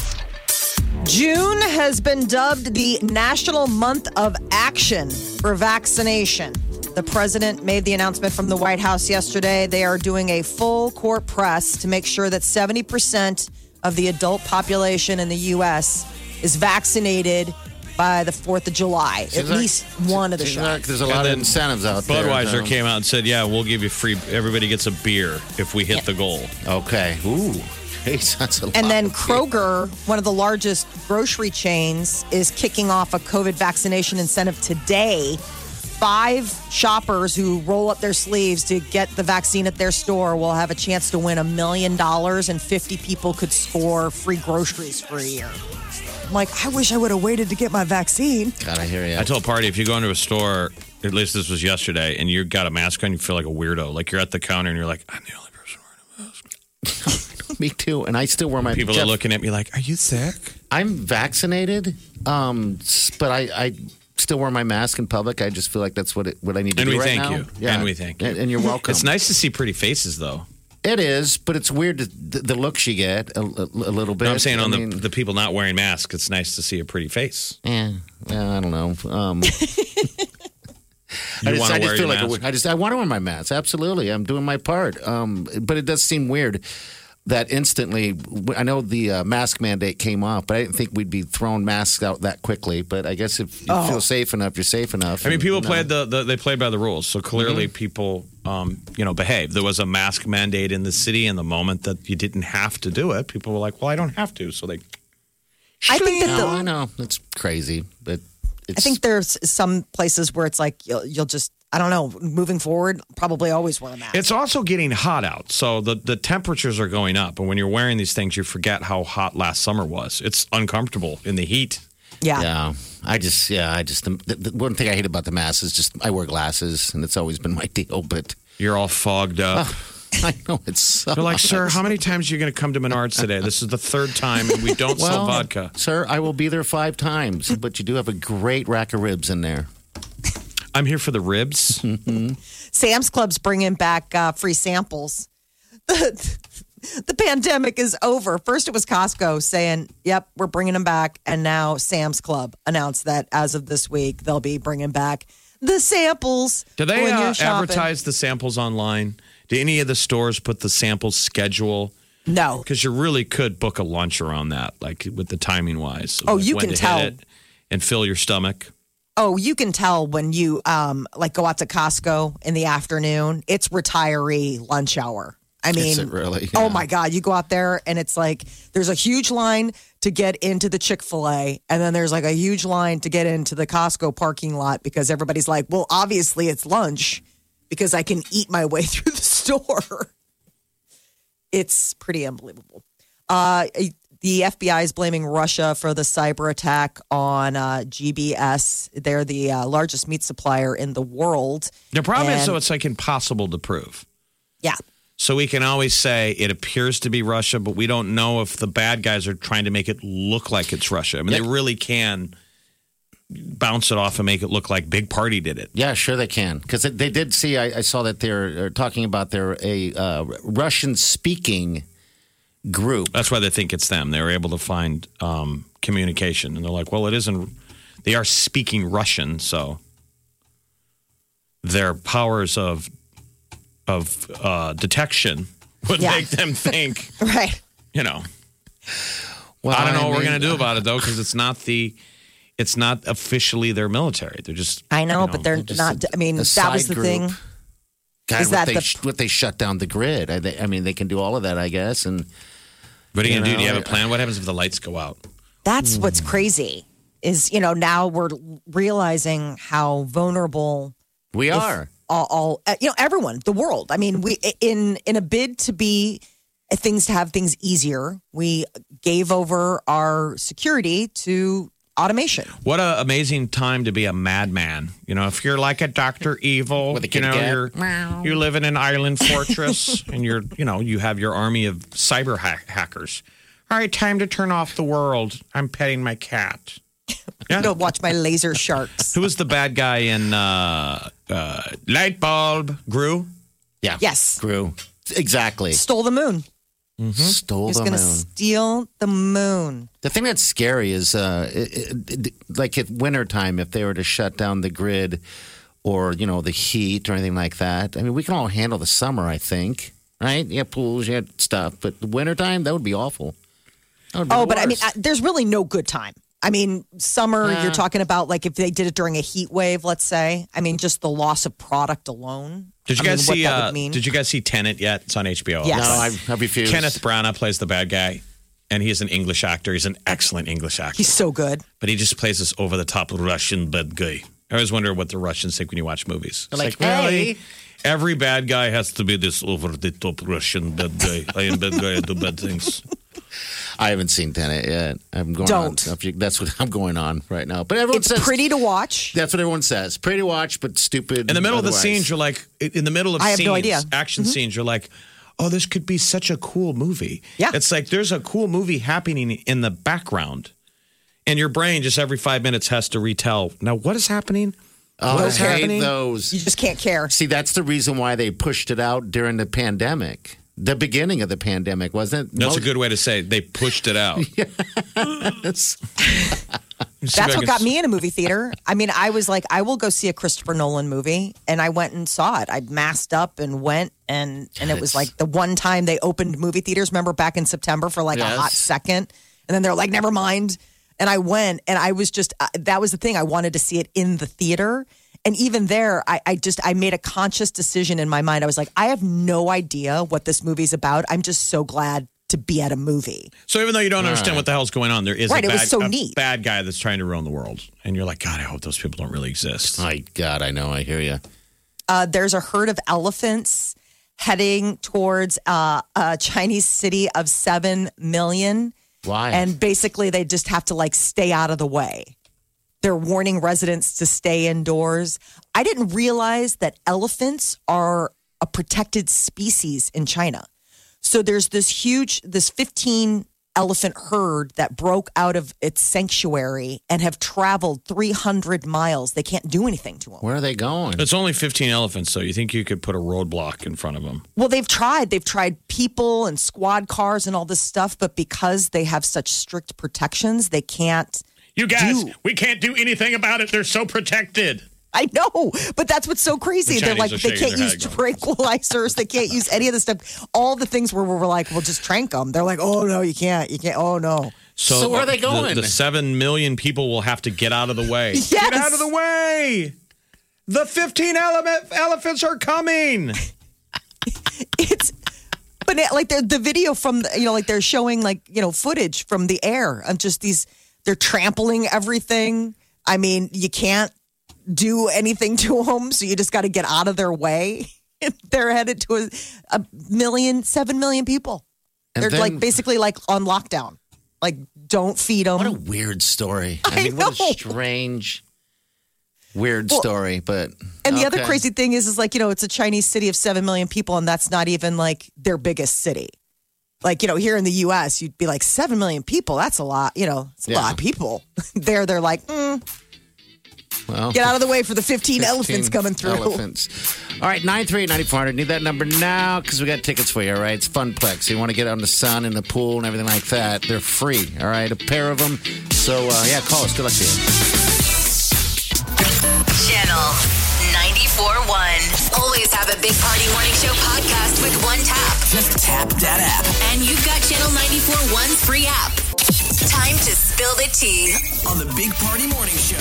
Speaker 5: June has been dubbed the National Month of Action for Vaccination. The president made the announcement from the White House yesterday. They are doing a full court press to make sure that 70% of the adult population in the U.S. is vaccinated by the 4th of July, at
Speaker 6: Seems like-
Speaker 5: least one of the
Speaker 6: seems
Speaker 5: shots.
Speaker 6: like there's a
Speaker 7: And
Speaker 6: lot of
Speaker 7: then
Speaker 6: incentives out there.
Speaker 7: Budweiser
Speaker 6: you know.
Speaker 7: came out and said, "Yeah, we'll give you free. Everybody gets a beer if we hit the goal."
Speaker 6: Okay. Ooh. Hey, that's a lot.
Speaker 5: And then Kroger, one of the largest grocery chains, is kicking off a COVID vaccination incentive today. Five shoppers who roll up their sleeves to get the vaccine at their store will have a chance to win a million dollars, and 50 people could score free groceries for a year. I'm like, I wish I would have waited to get my vaccine.
Speaker 6: God, I hear you.
Speaker 7: I told Party if you go into a store, at least this was yesterday, and you got a mask on, you feel like a weirdo. Like you're at the counter and you're like, "I'm the only person wearing a mask."
Speaker 6: Me too. And I still wear my
Speaker 7: People
Speaker 6: Jeff,
Speaker 7: are looking at me like, "Are you sick?"
Speaker 6: I'm vaccinated, um, s- but I, I still wear my mask in public. I just feel like that's what it, what I need to
Speaker 7: And
Speaker 6: do
Speaker 7: we
Speaker 6: right
Speaker 7: thank
Speaker 6: now.
Speaker 7: you. And we thank you.
Speaker 6: And, and you're welcome.
Speaker 7: It's nice to see pretty faces, though.
Speaker 6: It is, but it's weird to, the, the looks you get a, a- a little bit.
Speaker 7: No, I'm saying on
Speaker 6: I
Speaker 7: the
Speaker 6: mean,
Speaker 7: the people not wearing masks, it's nice to see a pretty face.
Speaker 6: yeah, yeah, I don't know. Um, I
Speaker 7: You
Speaker 6: just,
Speaker 7: wanna
Speaker 6: I just
Speaker 7: wear
Speaker 6: feel
Speaker 7: your
Speaker 6: like a-
Speaker 7: mask.
Speaker 6: I just I want to wear my mask. Absolutely, I'm doing my part. Um, but it does seem weird that instantly. I know the uh, mask mandate came off, but I didn't think we'd be throwing masks out that quickly. But I guess if you
Speaker 5: Oh.
Speaker 6: feel safe enough, you're safe enough.
Speaker 7: I mean,
Speaker 6: And,
Speaker 7: people
Speaker 6: you know.
Speaker 7: played the, the they played by the rules, so clearly
Speaker 6: Mm-hmm.
Speaker 7: people, um, you know, behave. There was a mask mandate in the city, and the moment that you didn't have to do it, people were like, "Well, I don't have to," so they
Speaker 5: I think that
Speaker 6: No, I
Speaker 5: the,
Speaker 6: know it's crazy, but it's
Speaker 5: I think there's some places where it's like you'll, you'll just, I don't know, moving forward, probably always wear a mask.
Speaker 7: It's also getting hot out, so the the temperatures are going up, and when you're wearing these things, you forget how hot last summer was. It's uncomfortable in the heat.
Speaker 6: yeah. I just yeah, I just the, the one thing I hate about the mask is just I wear glasses, and it's always been my deal. But
Speaker 7: You're all fogged up.
Speaker 6: I know it's so
Speaker 7: They're like, sir, how many times are you going to come to Menards today? This is the third time, and we don't sell vodka.
Speaker 6: Sir, I will be there five times, but you do have a great rack of ribs in there.
Speaker 7: I'm here for the ribs.
Speaker 5: Sam's Club's bringing back uh, free samples. The, the pandemic is over. First, it was Costco saying, yep, we're bringing them back. And now Sam's Club announced that as of this week, they'll be bringing back the samples.
Speaker 7: Do they
Speaker 5: when
Speaker 7: uh,
Speaker 5: you're shopping.
Speaker 7: advertise the samples online? Do any of the stores put the sample schedule?
Speaker 5: No.
Speaker 7: Because you really could book a lunch around that, like with the timing wise.
Speaker 5: Oh, you can tell.
Speaker 7: and fill your stomach.
Speaker 5: Oh, you can tell when you um like go out to Costco in the afternoon. It's retiree lunch hour. I mean,
Speaker 6: Is it really?
Speaker 5: Oh
Speaker 6: Yeah.
Speaker 5: my God! You go out there and it's like there's a huge line to get into the Chick Fil A, and then there's like a huge line to get into the Costco parking lot because everybody's like, "Well, obviously it's lunch because I can eat my way through the store." It's pretty unbelievable. Uh, the FBI is blaming Russia for the cyber attack on uh, GBS. They're the uh, largest meat supplier in the world.
Speaker 7: The problem is,
Speaker 5: And-
Speaker 7: though, it's like impossible to prove.
Speaker 5: Yeah.
Speaker 7: So we can always say it appears to be Russia, but we don't know if the bad guys are trying to make it look like it's Russia. I mean, they really can bounce it off and make it look like Big Party did it.
Speaker 6: Yeah, sure they can. Because they did see, I, I saw that they're, they're talking about their a uh, Russian speaking group.
Speaker 7: That's why they think it's them. They were able to find um, communication, and they're like, "Well, it isn't." They are speaking Russian, so their powers of of uh, detection would
Speaker 5: Yeah.
Speaker 7: make them think.
Speaker 5: Right.
Speaker 7: You know,
Speaker 6: Well,
Speaker 7: I don't know what we're
Speaker 6: mean, uh,
Speaker 7: gonna do about it though, because it's not the, it's not officially their military. They're just.
Speaker 5: I know,
Speaker 7: you
Speaker 5: but they're
Speaker 6: just
Speaker 5: not. I mean,
Speaker 6: a
Speaker 5: that was
Speaker 6: side
Speaker 5: the
Speaker 6: group.
Speaker 5: thing.
Speaker 6: God,
Speaker 5: Is
Speaker 6: what
Speaker 5: that
Speaker 6: they
Speaker 5: the-
Speaker 6: sh- what they shut down the grid? I, they, I mean, they can do all of that, I guess. And
Speaker 7: What are you,
Speaker 6: you
Speaker 7: gonna do? Do you
Speaker 6: know,
Speaker 7: have a plan? What happens if the lights go out?
Speaker 5: That's what's
Speaker 6: Hmm.
Speaker 5: crazy. Is you know now we're realizing how vulnerable
Speaker 6: we are.
Speaker 5: all, all uh, you know everyone the world i mean we in in a bid to be uh, things to have things easier we gave over our security to automation
Speaker 7: What an amazing time to be a madman. You know, if you're like a Dr. Evil,
Speaker 6: With a
Speaker 7: you know,
Speaker 6: kitty cat.
Speaker 7: you're, you live in an island fortress and you're, you know, you have your army of cyber hack- hackers. All right, time to turn off the world. I'm petting my cat. Yeah.
Speaker 5: go watch my laser sharks
Speaker 7: Who was the bad guy in uh, uh, Light Bulb? Gru?
Speaker 6: Yeah.
Speaker 5: yes
Speaker 6: Grew. Exactly.
Speaker 5: stole the moon
Speaker 6: Stole
Speaker 5: he's
Speaker 6: the
Speaker 5: gonna
Speaker 6: moon.
Speaker 5: steal the moon
Speaker 6: The thing that's scary is, uh, it, it, it- like at wintertime, if they were to shut down the grid or, you know, the heat or anything like that, I mean, we can all handle the summer, I think, right? You have pools, you have stuff, but the wintertime, that would be awful. That would be
Speaker 5: oh
Speaker 6: the
Speaker 5: but i mean
Speaker 6: worst.
Speaker 5: I, there's really no good time i mean summer you're talking about like if they did it during a heat wave let's say i mean just the loss of product alone
Speaker 7: Did you
Speaker 5: I mean,
Speaker 7: guys
Speaker 5: what
Speaker 7: see?
Speaker 5: that
Speaker 7: Uh,
Speaker 5: would mean.
Speaker 7: did you guys see Tenet yet? It's on HBO.
Speaker 5: Yes.
Speaker 6: no, I, I refuse.
Speaker 7: Kenneth Branagh plays the bad guy, and he is an English actor. He's an excellent English actor.
Speaker 5: he's so good
Speaker 7: but he just plays this over the top Russian bad guy. I always wonder what the Russians think when you watch movies. It's
Speaker 6: like, hey.
Speaker 7: Every bad guy has to be this over the top Russian bad guy. I am bad guy. I do bad things.
Speaker 6: I haven't seen Tenet yet. I'm going
Speaker 5: Don't.
Speaker 6: on. if you- That's what I'm going on right now. But everyone
Speaker 5: it's
Speaker 6: says
Speaker 5: pretty to watch
Speaker 6: That's what everyone says. Pretty to watch, but stupid.
Speaker 7: In the middle of the
Speaker 6: otherwise.
Speaker 7: scenes, you're like, in the middle of
Speaker 5: I have
Speaker 7: scenes,
Speaker 5: no idea. Mm-hmm.
Speaker 7: action scenes, you're like, oh, this could be such a cool movie.
Speaker 5: Yeah.
Speaker 7: It's like there's a cool movie happening in the background. And your brain just every five minutes has to retell. Now, what is happening?
Speaker 6: Oh,
Speaker 7: what
Speaker 6: I
Speaker 7: is
Speaker 6: hate
Speaker 7: happening?
Speaker 6: those.
Speaker 5: you just can't care
Speaker 6: See, that's the reason why they pushed it out during the pandemic. The beginning of the pandemic, wasn't it?
Speaker 7: That's a good way to say it. they pushed it out.
Speaker 6: That's-
Speaker 5: That's what got me in a movie theater. I mean, I was like, I will go see a Christopher Nolan movie, and I went and saw it. I masked up and went, and and it was
Speaker 6: Yes.
Speaker 5: like the one time they opened movie theaters. Remember back in September for like a
Speaker 6: Yes.
Speaker 5: hot second, and then they're like, never mind. And I went, and I was just uh, that was the thing. I wanted to see it in the theater, and even there, I, I just I made a conscious decision in my mind. I was like, I have no idea what this movie's about. I'm just so glad to be at a movie.
Speaker 7: So even though you don't understand what the hell's going on, there is
Speaker 5: Right,
Speaker 7: a,
Speaker 5: it
Speaker 7: bad,
Speaker 5: was so
Speaker 7: a
Speaker 5: neat.
Speaker 7: bad guy that's trying to ruin the world, and you're like, God, I hope those people don't really exist.
Speaker 6: My God, I know. I hear you.
Speaker 5: uh, there's a herd of elephants heading towards uh, a Chinese city of 7 million.
Speaker 6: Why?
Speaker 5: And basically, they just have to like stay out of the way. They're warning residents to stay indoors. I didn't realize that elephants are a protected species in China. So there's this huge, this 15 elephant herd that broke out of its sanctuary and have traveled 300 miles. They can't do anything to them.
Speaker 6: where are they going?
Speaker 7: It's only 15 elephants, so you think you could put a roadblock in front of them?
Speaker 5: Well, they've tried. They've tried people and squad cars and all this stuff, but because they have such strict protections, they can't.
Speaker 7: You guys,
Speaker 5: Do-
Speaker 7: we can't do anything about it. They're so protected.
Speaker 5: I know, but that's what's so crazy.
Speaker 7: The
Speaker 5: They're like,
Speaker 7: Chinese are
Speaker 5: they
Speaker 7: shaking
Speaker 5: can't
Speaker 7: their
Speaker 5: use
Speaker 7: head
Speaker 5: tranquilizers. they can't use any of this stuff. All the things where we're like, well, just trank them. They're like, oh, no, you can't. You can't. Oh, no.
Speaker 6: So where are they
Speaker 7: the-
Speaker 6: going?
Speaker 7: The, seven million people will have to get out of the way.
Speaker 5: Yes.
Speaker 7: Get out of the way! The 15 ele- elephants are coming.
Speaker 5: It's. But it, like the the video from the- you know like they're showing like you know footage from the air of just these they're trampling everything. I mean you can't do anything to them, so you just got to get out of their way. they're headed to a, a million, seven million people.
Speaker 6: And
Speaker 5: they're
Speaker 6: then-
Speaker 5: like basically like on lockdown. Like don't feed them.
Speaker 6: What a weird story. I,
Speaker 5: I
Speaker 6: mean, what
Speaker 5: know.
Speaker 6: a strange, weird story. But
Speaker 5: And the other
Speaker 6: okay.
Speaker 5: crazy thing is, is like, you know, it's a Chinese city of 7 million people, and that's not even like their biggest city. Like, you know, here in the US, you'd be like, 7 million people, that's a lot, you know, it's a
Speaker 6: Yeah.
Speaker 5: lot of people. there, they're like, mm,
Speaker 6: Well,
Speaker 5: Get out of the way for the 15,
Speaker 6: 15
Speaker 5: elephants coming through.
Speaker 6: Elephants. All right, 938-9400. Need that number now because we got tickets for you, all right? It's Funplex. You want to get out in the sun and the pool and everything like that. They're free, all right? A pair of them. So, uh, yeah, call us. Good luck to you.
Speaker 4: Channel 94.1. Always have a Big Party Morning Show podcast with one tap.
Speaker 3: Just tap that app.
Speaker 4: And you've got Channel 94.1's free app. Time to spill the tea.
Speaker 3: On the Big Party Morning Show.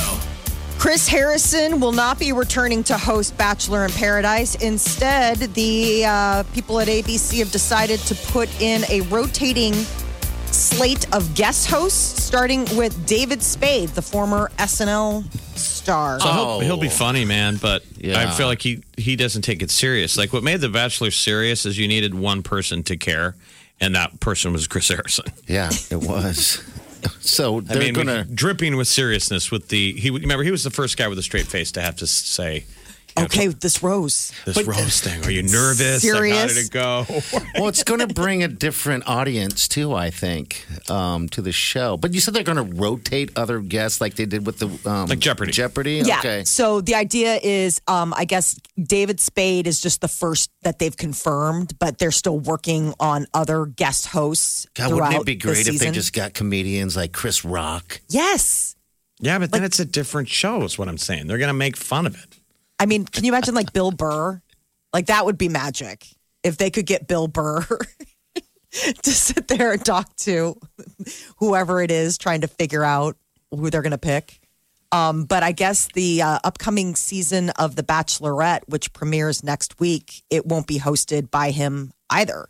Speaker 5: Chris Harrison will not be returning to host Bachelor in Paradise. Instead, the uh, people at ABC have decided to put in a rotating slate of guest hosts, starting with David Spade, the former SNL star.
Speaker 6: Uh,
Speaker 7: So he'll, he'll be funny, man. But I
Speaker 6: Yeah.
Speaker 7: feel like he he doesn't take it serious. Like what made The Bachelor serious is you needed one person to care, and that person was Chris Harrison.
Speaker 6: Yeah, it was. so
Speaker 7: I
Speaker 6: they're
Speaker 7: mean, we-
Speaker 6: gonna.
Speaker 7: dripping with seriousness with the he. Remember, he was the first guy with a straight face to have to s- say.
Speaker 5: okay, with this rose.
Speaker 7: This rose thing. Are you nervous? Like, how did
Speaker 5: Serious?
Speaker 7: it go?
Speaker 6: Well, it's gonna bring a different audience too. I think um, to the show. But you said they're gonna rotate other guests like they did with the um,
Speaker 7: Like Jeopardy.
Speaker 6: Jeopardy.
Speaker 5: Yeah.
Speaker 6: Okay.
Speaker 5: So the idea is, um, I guess David Spade is just the first that they've confirmed, but they're still working on other guest hosts.
Speaker 6: God, wouldn't
Speaker 5: throughout
Speaker 6: it be
Speaker 5: the
Speaker 6: great if they
Speaker 5: season.
Speaker 6: just got comedians like Chris Rock?
Speaker 5: Yes.
Speaker 7: yeah, but then it's a different show. Is what I'm saying. They're gonna make fun of it.
Speaker 5: I mean, can you imagine like Bill Burr? Like that would be magic if they could get Bill Burr to sit there and talk to whoever it is trying to figure out who they're going to pick. Um, but I guess the uh, upcoming season of The Bachelorette, which premieres next week, it won't be hosted by him either.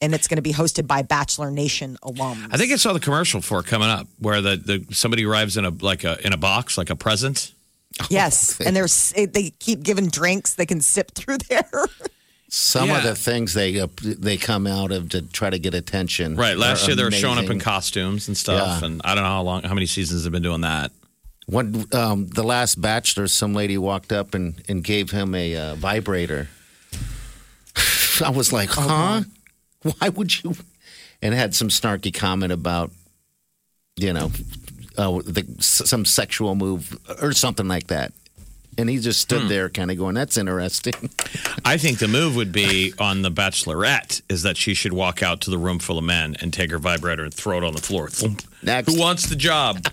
Speaker 5: And it's going to be hosted by Bachelor Nation alums.
Speaker 7: I think I saw the commercial for it coming up, where the, the somebody arrives in a like a in a box, like a present.
Speaker 5: yes. And there's, they keep giving drinks they can sip through there.
Speaker 6: Some of
Speaker 7: Yeah.
Speaker 6: the things they uh, they come out of to try to get attention.
Speaker 7: Right. Last
Speaker 6: are
Speaker 7: year they were showing up in
Speaker 6: amazing.
Speaker 7: costumes and stuff,
Speaker 6: Yeah.
Speaker 7: and I don't know how long, how many seasons have been doing that.
Speaker 6: One, um, the last bachelor, some lady walked up and, and gave him a uh, vibrator. I was like, huh? Why would you? And had some snarky comment about, you know, uh, the, some sexual move or something like that. And he just stood there, kind of going, "That's interesting."
Speaker 7: I think the move would be on the Bachelorette is that she should walk out to the room full of men and take her vibrator and throw it on the floor. Thump.
Speaker 6: Next.
Speaker 7: Who wants the job?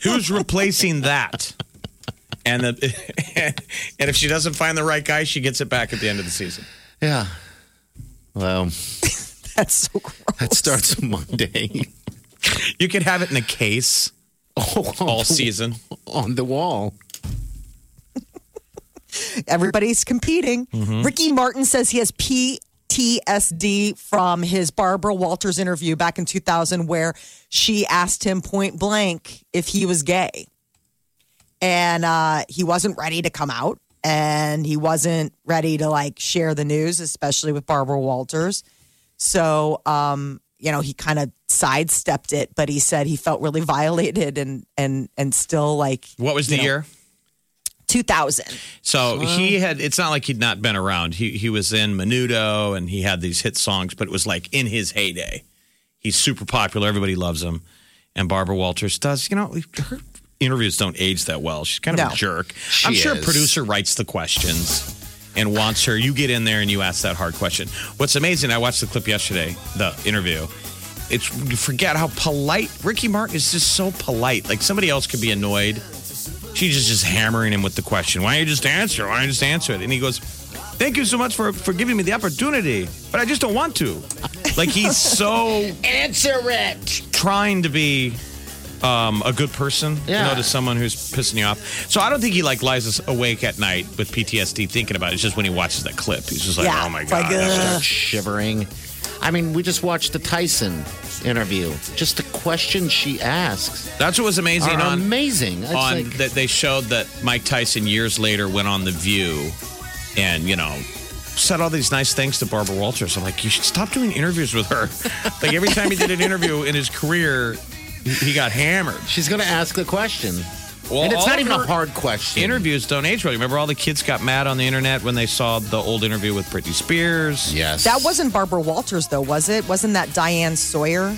Speaker 7: Who's replacing that? And the, and if she doesn't find the right guy, she gets it back at the end of the season.
Speaker 6: Yeah. Well,
Speaker 5: That's so gross.
Speaker 6: that starts Monday.
Speaker 7: You could have it in a case
Speaker 6: oh,
Speaker 7: all season.
Speaker 6: on the wall.
Speaker 5: everybody's competing. Ricky Martin says he has PTSD from his Barbara Walters interview back in 2000, where she asked him point blank if he was gay. And uh, he wasn't ready to come out and he wasn't ready to like share the news, especially with Barbara Walters. So, um, you know, he kind of sidestepped it, but he said he felt really violated and and and still like
Speaker 7: What was the year?
Speaker 5: 2000.
Speaker 7: So he had. It's not like he'd not been around. He he was in Menudo and he had these hit songs, but it was like in his heyday. He's super popular. Everybody loves him. And Barbara Walters does. You know, her interviews don't age that well. She's kind of
Speaker 5: No.
Speaker 7: a jerk. I'm sure a
Speaker 6: is.
Speaker 7: producer writes the questions and wants her. You get in there and you ask that hard question. What's amazing? I watched the clip yesterday. The interview. It's you forget how polite Ricky Martin is. Just so polite. Like somebody else could be annoyed. She's just, just hammering him with the question. Why don't you just answer? Why don't you just answer it? And he goes, Thank you so much for, for giving me the opportunity, but I just don't want to. Like he's so
Speaker 6: Answer it.
Speaker 7: trying to be um, a good person, you
Speaker 6: Yeah.
Speaker 7: know, to someone who's pissing you off. So I don't think he like lies us awake at night with PTSD thinking about it. It's just when he watches that clip, he's just like,
Speaker 5: Yeah,
Speaker 7: Oh my
Speaker 5: it's
Speaker 7: god,
Speaker 5: like,
Speaker 6: uh,
Speaker 7: that was
Speaker 5: ugh.
Speaker 6: shivering. I mean, we just watched the Tyson interview. Just the questions she asks
Speaker 7: That's what was amazing
Speaker 6: are
Speaker 7: on
Speaker 6: amazing. It's
Speaker 7: on
Speaker 6: like,
Speaker 7: that they showed that Mike Tyson years later went on the View, and you know. Said all these nice things to Barbara Walters. I'm like, you should stop doing interviews with her. like every time he did an interview in his career, he he got hammered.
Speaker 6: she's going to ask the question,
Speaker 7: Well,
Speaker 6: and it's
Speaker 7: all
Speaker 6: not
Speaker 7: of
Speaker 6: even a
Speaker 7: her
Speaker 6: hard question.
Speaker 7: Interviews don't age well. Remember, all the kids got mad on the internet when they saw the old interview with Britney Spears.
Speaker 6: Yes,
Speaker 5: That wasn't Barbara Walters, though, was it? Wasn't that Diane Sawyer?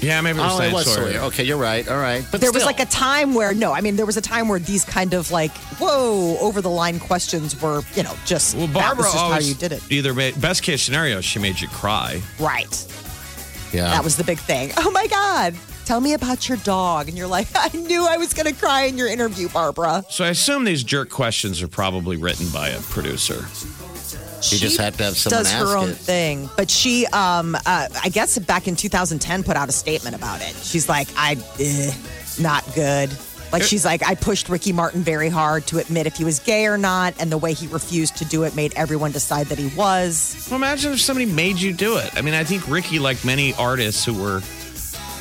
Speaker 7: Yeah, maybe it was,
Speaker 6: oh,
Speaker 7: Diane
Speaker 6: it was
Speaker 7: Sawyer.
Speaker 6: Sawyer. Okay, you're right. All right, but
Speaker 5: There was
Speaker 6: still.
Speaker 5: like a time where no, I mean there was a time where these kind of like whoa over the line questions were you know just
Speaker 7: Well,
Speaker 5: that
Speaker 7: Barbara
Speaker 5: was just how
Speaker 7: always
Speaker 5: you did it
Speaker 7: Either made, best case scenario, she made you cry.
Speaker 5: right.
Speaker 6: yeah.
Speaker 5: That was the big thing. Oh my God. Tell me about your dog. And you're like, I knew I was going to cry in your interview, Barbara.
Speaker 7: So I assume these jerk questions are probably written by a producer.
Speaker 5: She
Speaker 6: just have to have someone
Speaker 5: does
Speaker 6: ask
Speaker 5: her own
Speaker 6: it.
Speaker 5: thing. But she, um, uh, I guess back in 2010, put out a statement about it. She's like, I, eh, not good. Like, she's like, I pushed Ricky Martin very hard to admit if he was gay or not. And the way he refused to do it made everyone decide that he was.
Speaker 7: Well, imagine if somebody made you do it. I mean, I think Ricky, like many artists who were,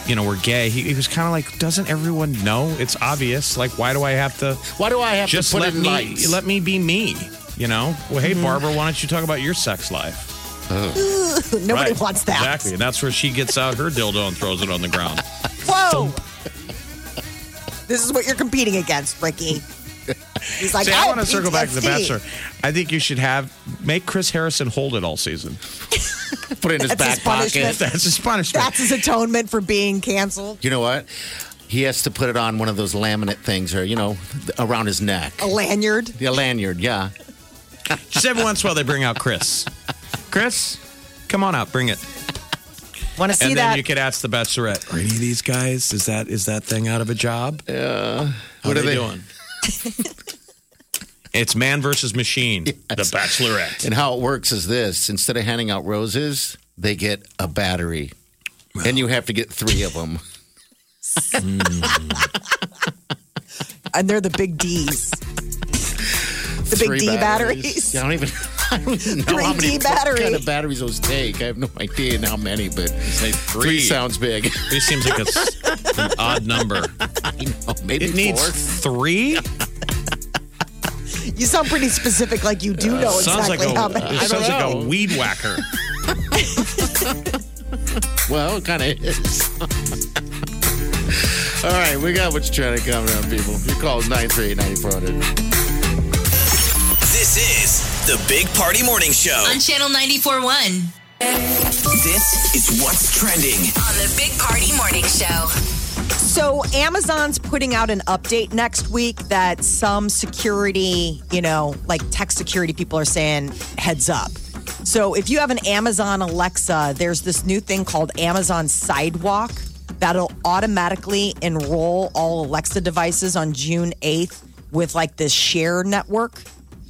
Speaker 7: you know, were gay, he, he was kind of like, doesn't everyone know? It's obvious. Like, why do I have to?
Speaker 6: Why do I have
Speaker 7: Just
Speaker 6: to put
Speaker 7: let
Speaker 6: in
Speaker 7: me
Speaker 6: lights? Mm-hmm.
Speaker 7: let me be me. You know. Well, hey, Barbara, why don't you talk about your sex life?
Speaker 5: Nobody
Speaker 7: Right.
Speaker 5: wants that.
Speaker 7: Exactly, and that's where she gets out her dildo and throws it on the ground.
Speaker 5: Whoa. this is what you're competing against, Ricky. He's like,
Speaker 7: See, I
Speaker 5: have
Speaker 7: want to circle back to the
Speaker 5: PTSD."
Speaker 7: Bachelor. I think you should have make Chris Harrison hold it all season.
Speaker 6: put it in
Speaker 5: That's
Speaker 6: his
Speaker 5: his
Speaker 6: back pocket.
Speaker 5: punishment.
Speaker 7: That's his punishment.
Speaker 5: That's his atonement for being canceled.
Speaker 6: You know what? He has to put it on one of those laminate things, or you know, th- around his neck.
Speaker 5: A lanyard.
Speaker 6: The lanyard, yeah.
Speaker 7: Just every once in a while they bring out Chris. Chris, come on out, bring it.
Speaker 5: Want to
Speaker 7: And
Speaker 5: see
Speaker 7: then
Speaker 5: that?
Speaker 7: you could ask the Bachelorette. Are any of these guys? Is that is that thing out of a job? Yeah. What are, they, doing? it's man versus machine. The Bachelorette.
Speaker 6: And how it works is this: instead of handing out roses, they get a battery, and you have to get three of them.
Speaker 5: and they're the big D's. The
Speaker 6: Three
Speaker 5: big D batteries.
Speaker 6: Yeah, I don't even. I don't even know how
Speaker 5: Three
Speaker 6: many
Speaker 5: D battery.
Speaker 6: kind of batteries those take. I have no idea in how many, but
Speaker 7: Say
Speaker 6: three,
Speaker 7: three.
Speaker 6: sounds big.
Speaker 7: Three seems like it's an odd number.
Speaker 6: Oh, Maybe
Speaker 7: It
Speaker 6: four.
Speaker 7: needs three.
Speaker 5: You sound pretty specific, like you do know
Speaker 7: sounds
Speaker 5: exactly
Speaker 7: like
Speaker 5: how
Speaker 7: a
Speaker 5: many.
Speaker 7: it sounds like a weed whacker.
Speaker 6: Well, it kind of is. All right, we got what's trying to come down, people. Your call is 938-9400.
Speaker 3: This is the Big Party Morning Show.
Speaker 4: On Channel 94.1 on
Speaker 3: This is what's trending.
Speaker 4: the Big Party Morning Show.
Speaker 5: So Amazon's putting out an update next week that some security, you know, like tech security people are saying heads up. So if you have an Amazon Alexa, there's this new thing called Amazon Sidewalk that'll automatically enroll all Alexa devices on June 8th with like this share network.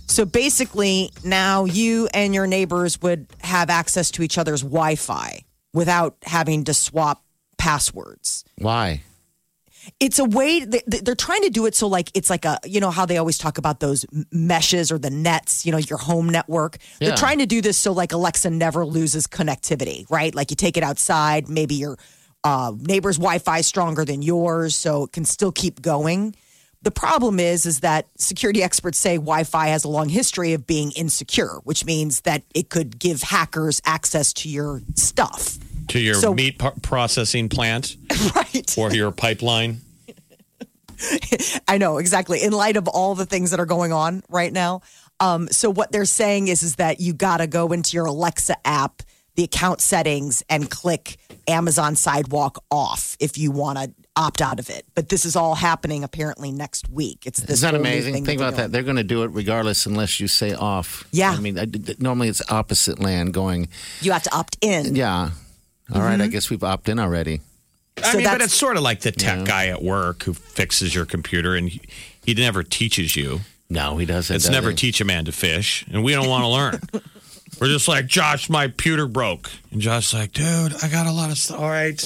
Speaker 5: So basically, now you and your neighbors would have access to each other's Wi-Fi without having to swap passwords
Speaker 6: Why?
Speaker 5: it's a way th- th- they're trying to do it so like it's like a you know how they always talk about those m- meshes or the nets you know your home network
Speaker 6: Yeah.
Speaker 5: they're trying to do this so like alexa never loses connectivity right like you take it outside maybe your uh, neighbor's wi-fi is stronger than yours so it can still keep going the problem is is that security experts say wi-fi has a long history of being insecure which means that it could give hackers access to your stuff
Speaker 7: to your
Speaker 5: So-
Speaker 7: meat par- processing plant
Speaker 5: right
Speaker 7: or your pipeline.
Speaker 5: I know exactly. In light of all the things that are going on right now, um, so what they're saying is is that you got to go into your Alexa app, the account settings, and click Amazon Sidewalk off if you want to opt out of it. But this is all happening apparently next week. It's this
Speaker 6: Isn't that
Speaker 5: whole new
Speaker 6: amazing?
Speaker 5: thing
Speaker 6: Think
Speaker 5: they're
Speaker 6: about that.
Speaker 5: doing.
Speaker 6: They're going to do it regardless unless you say off.
Speaker 5: Yeah.
Speaker 6: I mean, I, did- normally it's opposite land going,
Speaker 5: You have to opt in.
Speaker 6: yeah. Mm-hmm. All right, I guess we've opted in already.
Speaker 7: I
Speaker 5: So
Speaker 7: mean, but
Speaker 5: that's-
Speaker 7: it's sort of like the tech guy at work who fixes your computer and he, he never teaches you.
Speaker 6: No, he doesn't.
Speaker 7: It's
Speaker 6: does
Speaker 7: never
Speaker 6: he?
Speaker 7: teach a man to fish, and we don't want to learn. We're just like Josh, my pewter broke, and Josh's like, dude, I got a lot of stuff. All right,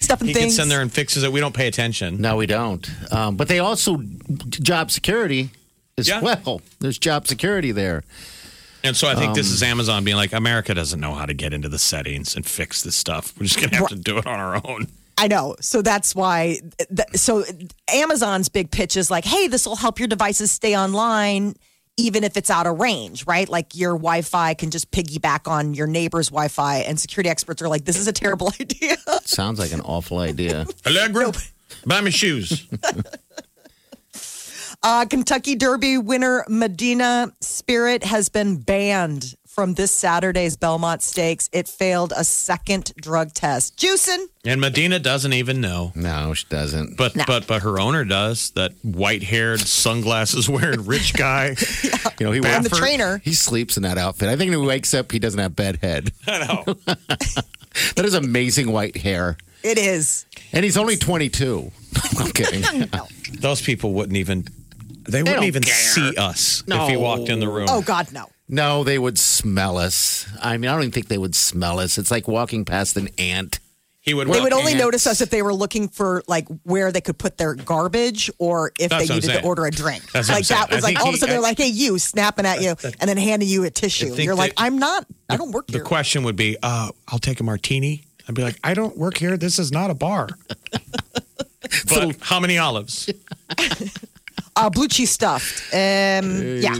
Speaker 5: Stuff and
Speaker 7: he
Speaker 5: things.
Speaker 7: gets in there and fixes it. We don't pay attention.
Speaker 6: No, we don't. Um, but they also, job security as
Speaker 7: Yeah.
Speaker 6: well. There's job security there.
Speaker 7: And so I think this is
Speaker 5: Um,
Speaker 7: Amazon being like, America doesn't know how to get into the settings and fix this stuff. We're just gonna have to do it on our own.
Speaker 5: I know. So that's why. Th- so Amazon's big pitch is like, hey, this will help your devices stay online even if it's out of range, right? Like your Wi Fi can just piggyback on your neighbor's Wi Fi. And security experts are like, this is a terrible idea.
Speaker 6: Sounds like an awful idea.
Speaker 7: Allegra, buy me shoes.
Speaker 5: Uh, Kentucky Derby winner Medina Spirit has been banned from this Saturday's Belmont Stakes. It failed a second drug test. Juicing.
Speaker 7: And Medina doesn't even know.
Speaker 6: No, she doesn't.
Speaker 7: But but but her owner does. That white haired, sunglasses wearing rich guy.
Speaker 6: you know, he
Speaker 5: I'm
Speaker 6: works
Speaker 5: the
Speaker 6: for-
Speaker 5: trainer.
Speaker 6: He sleeps in that outfit. I think when he wakes up, he doesn't have bed head.
Speaker 7: I know.
Speaker 6: That is amazing white hair.
Speaker 5: It is.
Speaker 6: And he's only 22. I'm kidding.
Speaker 7: Those people wouldn't even. They, wouldn't
Speaker 6: don't
Speaker 7: even
Speaker 6: care.
Speaker 7: see us
Speaker 6: No.
Speaker 7: if he walked in the room.
Speaker 5: Oh, God, no.
Speaker 6: No, they would smell us. I mean, I don't even think they would smell us. It's like walking past an ant.
Speaker 7: He would.
Speaker 5: They would only
Speaker 6: ants.
Speaker 5: notice us if they were looking for like where they could put their garbage or if
Speaker 7: That's
Speaker 5: they
Speaker 7: what I'm
Speaker 5: needed to
Speaker 7: saying.
Speaker 5: order a drink.
Speaker 7: That's what
Speaker 5: like
Speaker 7: I'm saying.
Speaker 5: that was
Speaker 7: I
Speaker 5: like
Speaker 7: think
Speaker 5: all of a
Speaker 7: he-
Speaker 5: sudden they're
Speaker 7: I-
Speaker 5: like, "Hey, you!" snapping at you and then handing you a tissue.
Speaker 7: think
Speaker 5: You're like,
Speaker 7: that-
Speaker 5: "I'm not. I don't work
Speaker 7: The
Speaker 5: here."
Speaker 7: question would be, uh, "I'll take a martini." I'd be like, "I don't work here. This is not a bar." but how many olives?
Speaker 5: uh, blue cheese stuffed. Um, yeah.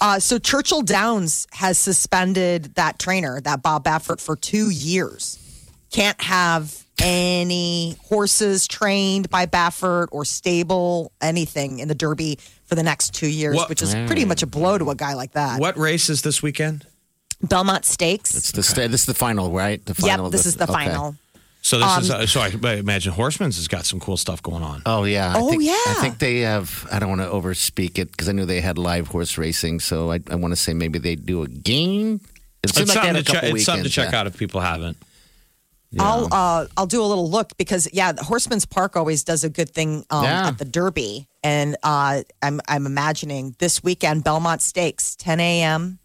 Speaker 5: Uh, so Churchill Downs has suspended that trainer, that Bob Baffert, for two years. Can't have any horses trained by Baffert or stable anything in the Derby for the next two years,
Speaker 7: What- Mm.
Speaker 5: which is pretty much a blow to a guy like that.
Speaker 7: What race is this weekend?
Speaker 5: Belmont Stakes.
Speaker 6: It's the sta- this is the final, right? The
Speaker 5: yep,
Speaker 6: final.
Speaker 5: this is the
Speaker 6: okay.
Speaker 5: final.
Speaker 7: So this is.
Speaker 5: Um,
Speaker 7: Uh, so I, I imagine Horseman's has got some cool stuff going on.
Speaker 6: Oh yeah. I
Speaker 5: Oh,
Speaker 6: think,
Speaker 5: yeah.
Speaker 6: I think they have. I don't want to overspeak it because I knew they had live horse racing, so I, I want to say maybe they do a game. It seemed
Speaker 7: it's
Speaker 6: like they
Speaker 7: something,
Speaker 6: had
Speaker 7: to
Speaker 6: a
Speaker 7: check,
Speaker 6: couple
Speaker 7: it's something to
Speaker 6: weekends,
Speaker 7: check
Speaker 6: yeah.
Speaker 7: out if people haven't.
Speaker 5: I'll uh, I'll do a little look because yeah, the Horseman's Park always does a good thing um,
Speaker 6: Yeah.
Speaker 5: at the Derby, and uh, I'm I'm imagining this weekend Belmont Stakes 10 a.m.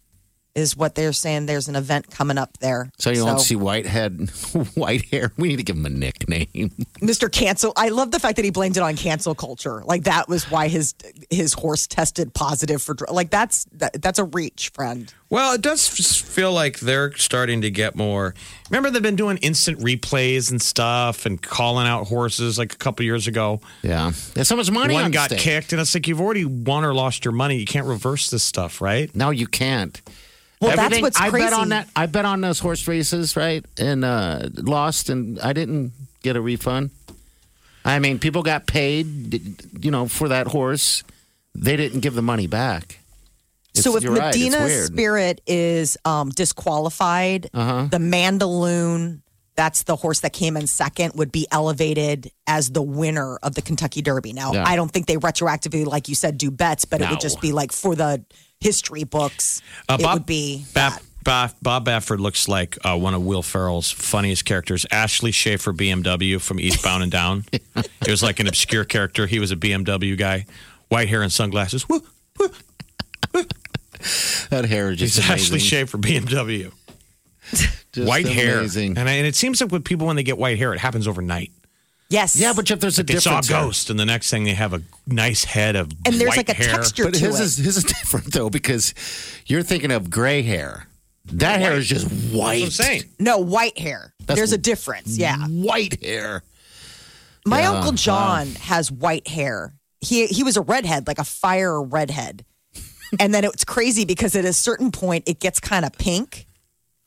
Speaker 5: is what they're saying. There's an event coming up there.
Speaker 6: So you won't see Whitehead, white hair. We need to give him a nickname.
Speaker 5: Mr. Cancel. I love the fact that he blamed it on cancel culture. Like that was why his his horse tested positive for dr- like that's that, that's a reach, friend.
Speaker 7: Well, it does f- feel like they're starting to get more. Remember, they've been doing instant replays and stuff and calling out horses like a couple years ago.
Speaker 6: Yeah, there's so much money
Speaker 7: One
Speaker 6: on
Speaker 7: got
Speaker 6: stake.
Speaker 7: kicked, and it's like you've already won or lost your money. You can't reverse this stuff, right?
Speaker 6: No, you can't.
Speaker 5: Well, that's
Speaker 6: Everything-
Speaker 5: what's
Speaker 6: I bet
Speaker 5: crazy.
Speaker 6: on that. I bet on those horse races, right? And uh, lost, and I didn't get a refund. I mean, people got paid, d- you know, for that horse. They didn't give the money back. It's-
Speaker 5: so if
Speaker 6: you're right, it's
Speaker 5: Medina
Speaker 6: weird.
Speaker 5: Spirit is um, disqualified,
Speaker 6: Uh-huh.
Speaker 5: the Mandaloon, that's the horse that came in second, would be elevated as the winner of the Kentucky Derby. Now,
Speaker 6: Yeah.
Speaker 5: I don't think they retroactively, like you said, do bets, but it would just be like for the history books,
Speaker 6: Uh,
Speaker 5: it would be.
Speaker 7: Baff- Baff- Bob Bafford looks like uh, one of Will Ferrell's funniest characters, Ashley Schaefer BMW from Eastbound and Down. it was like an obscure character. He was a BMW guy, white hair and sunglasses. Woo, woo.
Speaker 6: That hair is
Speaker 7: He's
Speaker 6: just
Speaker 7: Ashley
Speaker 6: amazing.
Speaker 7: Schaefer BMW.
Speaker 6: Just
Speaker 7: white
Speaker 6: amazing.
Speaker 7: hair. And, I- and it seems like with people when they get white hair, it happens overnight.
Speaker 5: Yes.
Speaker 6: Yeah, but if there's a
Speaker 7: They saw a
Speaker 6: difference, there.
Speaker 7: ghost, and the next thing they have a nice head of
Speaker 5: And there's
Speaker 7: white
Speaker 5: like a
Speaker 7: hair.
Speaker 5: texture
Speaker 6: But
Speaker 5: to
Speaker 6: his
Speaker 5: it.
Speaker 6: is his is different though because you're thinking of gray hair. That hair is just white.
Speaker 7: That's what I'm saying.
Speaker 5: no, white hair. There's a difference. Yeah.
Speaker 6: White hair.
Speaker 5: My uncle John has white hair. He he was a redhead, like a fire redhead. and then it's crazy because at a certain point it gets kind of pink,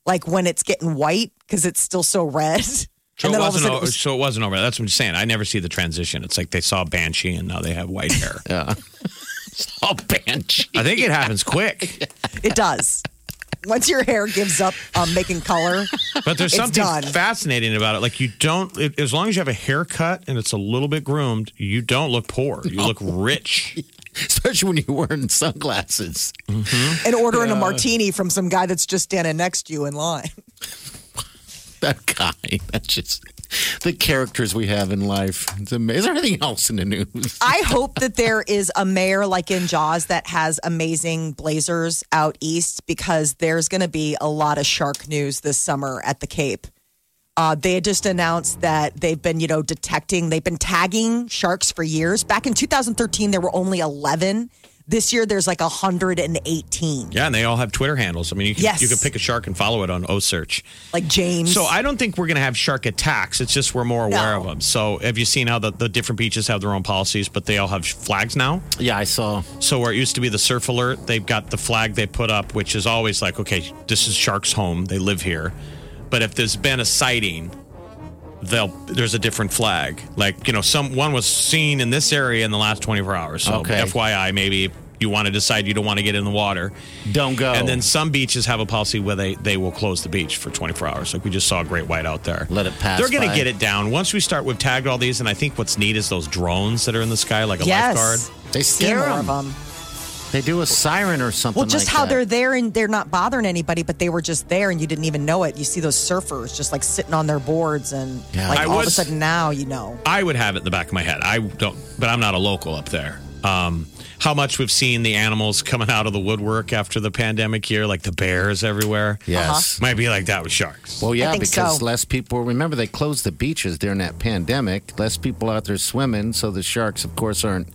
Speaker 5: like when it's getting white because it's still so red.
Speaker 7: So
Speaker 5: and
Speaker 7: it,
Speaker 5: then all of a
Speaker 7: wasn't,
Speaker 5: sudden, it
Speaker 7: o-
Speaker 5: was,
Speaker 7: so it wasn't over. That's what I'm saying. I never see the transition. It's like they saw Banshee and now they have white hair.
Speaker 6: Oh, banshee.
Speaker 7: I think it happens quick.
Speaker 5: it does. Once your hair gives up um, making color,
Speaker 7: But there's
Speaker 5: It's
Speaker 7: something
Speaker 5: done.
Speaker 7: fascinating about it. Like you don't, it, as long as you have a haircut and it's a little bit groomed, you don't look poor. You
Speaker 5: Oh.
Speaker 7: look rich.
Speaker 6: Especially when you're wearing sunglasses.
Speaker 5: and ordering a martini from some guy that's just standing next to you in line.
Speaker 6: That guy. That's just the characters we have in life. It's amazing. Is there anything else in the news?
Speaker 5: I hope that there is a mayor like in Jaws that has amazing blazers out east because there's going to be a lot of shark news this summer at the Cape. Uh, they had just announced that they've been, you know, detecting, they've been tagging sharks for years. Back in 2013, there were only 11. This year, there's like 118.
Speaker 7: Yeah, and they all have Twitter handles. I mean, you can,
Speaker 5: Yes.
Speaker 7: you can pick a shark and follow it on O Search.
Speaker 5: Like James.
Speaker 7: So I don't think we're going to have shark attacks. It's just we're more aware
Speaker 5: No.
Speaker 7: of them. So have you seen how the, the different beaches have their own policies, but they all have flags now?
Speaker 6: Yeah, I saw.
Speaker 7: So where it used to be the surf alert, they've got the flag they put up, which is always like, okay, this is shark's home. They live here. But if there's been a sighting, they'll there's a different flag. Like you know, some one was seen in this area in the last 24 hours. So
Speaker 6: Okay.
Speaker 7: FYI, maybe you want to decide you don't want to get in the water.
Speaker 6: Don't go.
Speaker 7: And then some beaches have a policy where they, they will close the beach for 24 hours. Like we just saw a great white out there.
Speaker 6: Let it pass
Speaker 7: They're going to
Speaker 6: by.
Speaker 7: get it down. Once we start, we've tagged all these, and I think what's neat is those drones that are in the sky, like a lifeguard.
Speaker 5: yes.
Speaker 6: They scare
Speaker 5: Scare
Speaker 6: 'em.
Speaker 5: of 'em.
Speaker 6: They do a siren or something.
Speaker 5: Well, just
Speaker 6: like
Speaker 5: how
Speaker 6: that.
Speaker 5: they're there and they're not bothering anybody, but they were just there and you didn't even know it. You see those surfers just like sitting on their boards and
Speaker 6: Yeah.
Speaker 5: like
Speaker 6: I
Speaker 5: all of a
Speaker 7: was-
Speaker 5: sudden now you know.
Speaker 7: I would have it in the back of my head. I don't, but I'm not a local up there. Um, how much we've seen the animals coming out of the woodwork after the pandemic year, like the bears everywhere.
Speaker 6: Yes.
Speaker 7: Might be like that with sharks.
Speaker 6: Well, yeah,
Speaker 5: uh-huh. think
Speaker 6: because
Speaker 5: so.
Speaker 6: less people remember they closed the beaches during that pandemic. Less people out there swimming, so the sharks, of course, aren't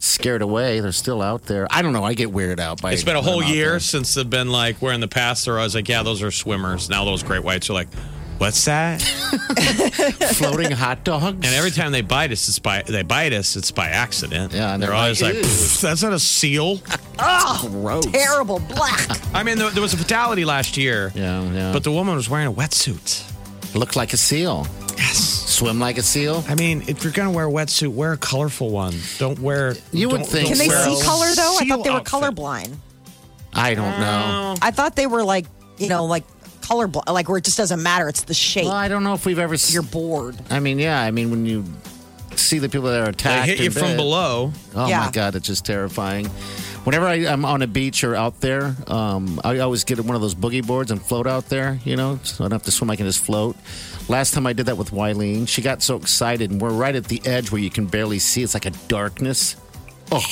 Speaker 6: scared away. They're still out there. I don't know. I get weirded out by.
Speaker 7: It's been a
Speaker 6: them
Speaker 7: whole
Speaker 6: out
Speaker 7: year
Speaker 6: there.
Speaker 7: since they've been like, where in the past they're always like, yeah, those are swimmers. Now those great whites are like, what's that?
Speaker 6: floating hot dogs.
Speaker 7: And every time they bite us, it's by they bite us, it's by accident.
Speaker 6: Yeah, and
Speaker 7: they're,
Speaker 6: they're
Speaker 7: always
Speaker 6: like,
Speaker 7: like,
Speaker 6: "Ew."
Speaker 7: "Pff, that's not a seal.
Speaker 6: gross.
Speaker 5: Terrible black.
Speaker 7: I mean, there, there was a fatality last year.
Speaker 6: Yeah, yeah.
Speaker 7: But the woman was wearing a wetsuit.
Speaker 6: Look like a seal.
Speaker 7: Yes.
Speaker 6: Swim like a seal.
Speaker 7: I mean, if you're going to wear a wetsuit, wear a colorful one. Don't wear.
Speaker 6: You would
Speaker 7: don't-
Speaker 6: think
Speaker 7: don't
Speaker 5: Can they
Speaker 7: wear
Speaker 6: Well,
Speaker 5: see
Speaker 7: a
Speaker 5: color though? I
Speaker 7: seal
Speaker 5: thought they were
Speaker 7: outfit.
Speaker 5: colorblind.
Speaker 6: I don't know.
Speaker 7: Oh.
Speaker 5: I thought they were like, you know, like colorblind, like where it just doesn't matter. It's the shape.
Speaker 6: Well, I don't know if we've ever. s-
Speaker 5: You're bored.
Speaker 6: I mean, yeah. I mean, when you see the people that are
Speaker 7: They
Speaker 6: attacked,
Speaker 7: hit you
Speaker 6: and
Speaker 7: from
Speaker 6: bit-
Speaker 7: below.
Speaker 6: Oh
Speaker 5: Yeah.
Speaker 6: my god, it's just terrifying. Whenever I, I'm on a beach or out there, um, I always get one of those boogie boards and float out there. You know, so I don't have to swim; I can just float. Last time I did that with Wileen, she got so excited, and we're right at the edge where you can barely see. It's like a darkness. Oh,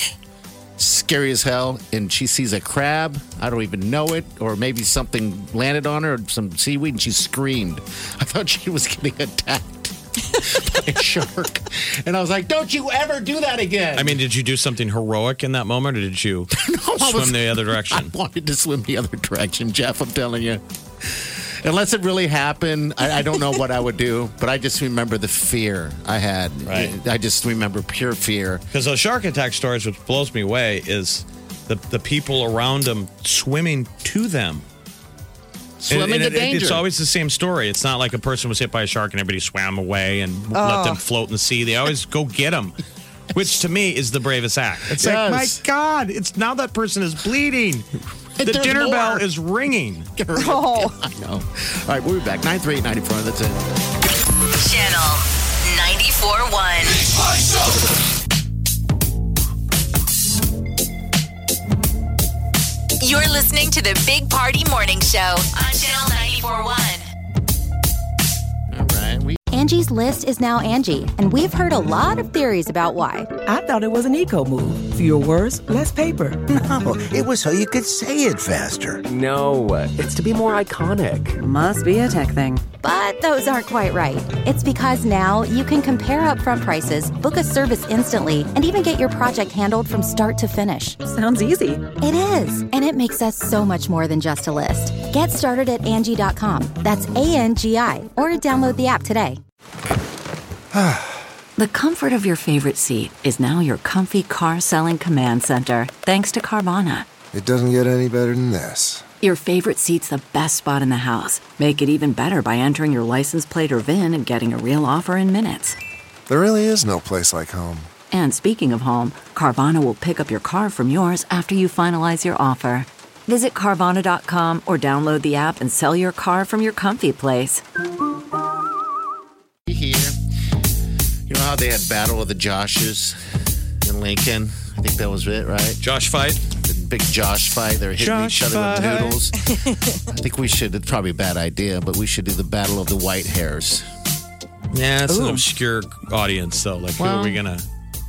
Speaker 6: scary as hell! And she sees a crab. I don't even know it, or maybe something landed on her, some seaweed, and she screamed. I thought she was getting attacked. by a shark, and I was like, "Don't you ever do that again!"
Speaker 7: I mean, did you do something heroic in that moment, or did you
Speaker 6: I
Speaker 7: swim
Speaker 6: was-
Speaker 7: the other
Speaker 6: I
Speaker 7: direction?
Speaker 6: wanted to swim the other direction, Jeff. I'm telling you. Unless it really happened, I, I don't know what I would do, but I just remember the fear I had.
Speaker 7: Right.
Speaker 6: I just remember pure fear.
Speaker 7: Because those shark attack stories, which blows me away, is the the people around them swimming to them. And-
Speaker 6: Swim
Speaker 7: and
Speaker 6: into
Speaker 7: it- it-
Speaker 6: danger.
Speaker 7: It's always the same story. It's not like a person was hit by a shark and everybody swam away and let
Speaker 6: Oh.
Speaker 7: them float in the sea. They always go get them, which to me is the bravest act. It's like, my
Speaker 6: Yes.
Speaker 7: God, it's now that person is bleeding. The
Speaker 6: There's
Speaker 7: dinner bell
Speaker 6: more.
Speaker 7: is ringing.
Speaker 5: Oh.
Speaker 6: I know. All right, we'll be back. 93894. That's it.
Speaker 4: Channel 94.1. You're listening to the Big Party Morning Show on Channel 94.1.
Speaker 6: All right. We
Speaker 9: Angie's list is now Angie, and we've heard a lot of theories about why.
Speaker 10: I thought it was an eco move. Fewer words, less paper.
Speaker 11: It was so you could say it faster.
Speaker 12: No, it's to be more iconic.
Speaker 10: Must be a tech thing.
Speaker 9: But those aren't quite right. It's because now you can compare upfront prices, book a service instantly, and even get your project handled from start to finish.
Speaker 10: Sounds easy.
Speaker 9: It is, and it makes us so much more than just a list. Get started at Angie.com. That's A N G I, or download the app today.
Speaker 10: The comfort of your favorite seat is now your comfy car selling command center, thanks to Carvana.
Speaker 11: It doesn't get any better than this.
Speaker 10: Your favorite seat's the best spot in the house. Make it even better by entering your license plate or VIN and getting a real offer in minutes.
Speaker 11: There really is no place like home.
Speaker 10: And speaking of home, Carvana will pick up your car from yours after you finalize your offer. Visit Carvana.com or download the app and sell your car from your comfy place.
Speaker 6: here. You know how they had Battle of the Joshes in Lincoln? I think that was it, right?
Speaker 7: Josh fight.
Speaker 6: the big Josh fight. They're hitting
Speaker 7: Josh
Speaker 6: each other
Speaker 7: fight.
Speaker 6: with noodles. I think we should. It's probably a bad idea, but we should do the Battle of the White Hairs.
Speaker 7: Yeah, it's an obscure audience, though. Like, who are
Speaker 6: Well,
Speaker 7: we going to?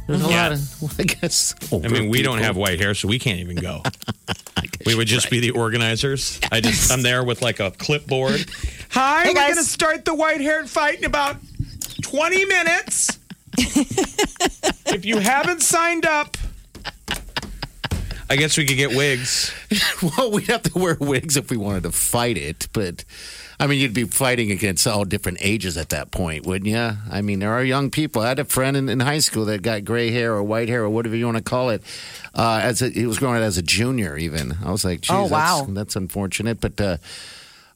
Speaker 6: There's a
Speaker 7: Yeah.
Speaker 6: lot of, well, I guess.
Speaker 7: I mean, we don't have white hair, so we can't even go. We would just be the organizers. I just I'm there with like a clipboard. Hi, we're
Speaker 5: guys.
Speaker 7: gonna start the white haired fight in about 20 minutes. if you haven't signed up, I guess we could get wigs.
Speaker 6: Well, we'd have to wear wigs if we wanted to fight it, but I mean, you'd be fighting against all different ages at that point, wouldn't you? I mean, there are young people. I had a friend in, in high school that got gray hair or white hair or whatever you want to call it. Uh, as a, he was growing up as a junior, even I was like, Geez,
Speaker 5: Oh, wow.
Speaker 6: that's, that's unfortunate." But uh,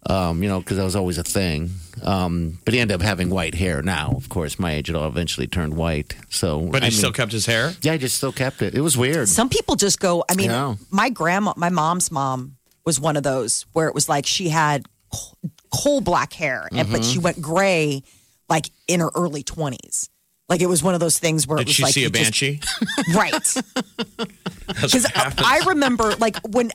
Speaker 6: um, you know, because that was always a thing. Um, but he ended up having white hair now, of course, my age. It all eventually turned white. So,
Speaker 7: But
Speaker 6: I
Speaker 7: he still
Speaker 6: mean-
Speaker 7: kept his hair?
Speaker 6: Yeah, he just still kept it. It was weird.
Speaker 5: Some people just go, I mean,
Speaker 6: Yeah.
Speaker 5: my grandma, my mom's mom was one of those where it was like she had coal, coal black hair, and, but
Speaker 7: Mhm.
Speaker 5: she went gray like in her early 20s. Like it was one of those things where it
Speaker 7: Did
Speaker 5: was
Speaker 7: she
Speaker 5: like
Speaker 7: see
Speaker 5: you
Speaker 7: a
Speaker 5: just-
Speaker 7: banshee?
Speaker 5: right.
Speaker 7: Because
Speaker 5: I remember, like, when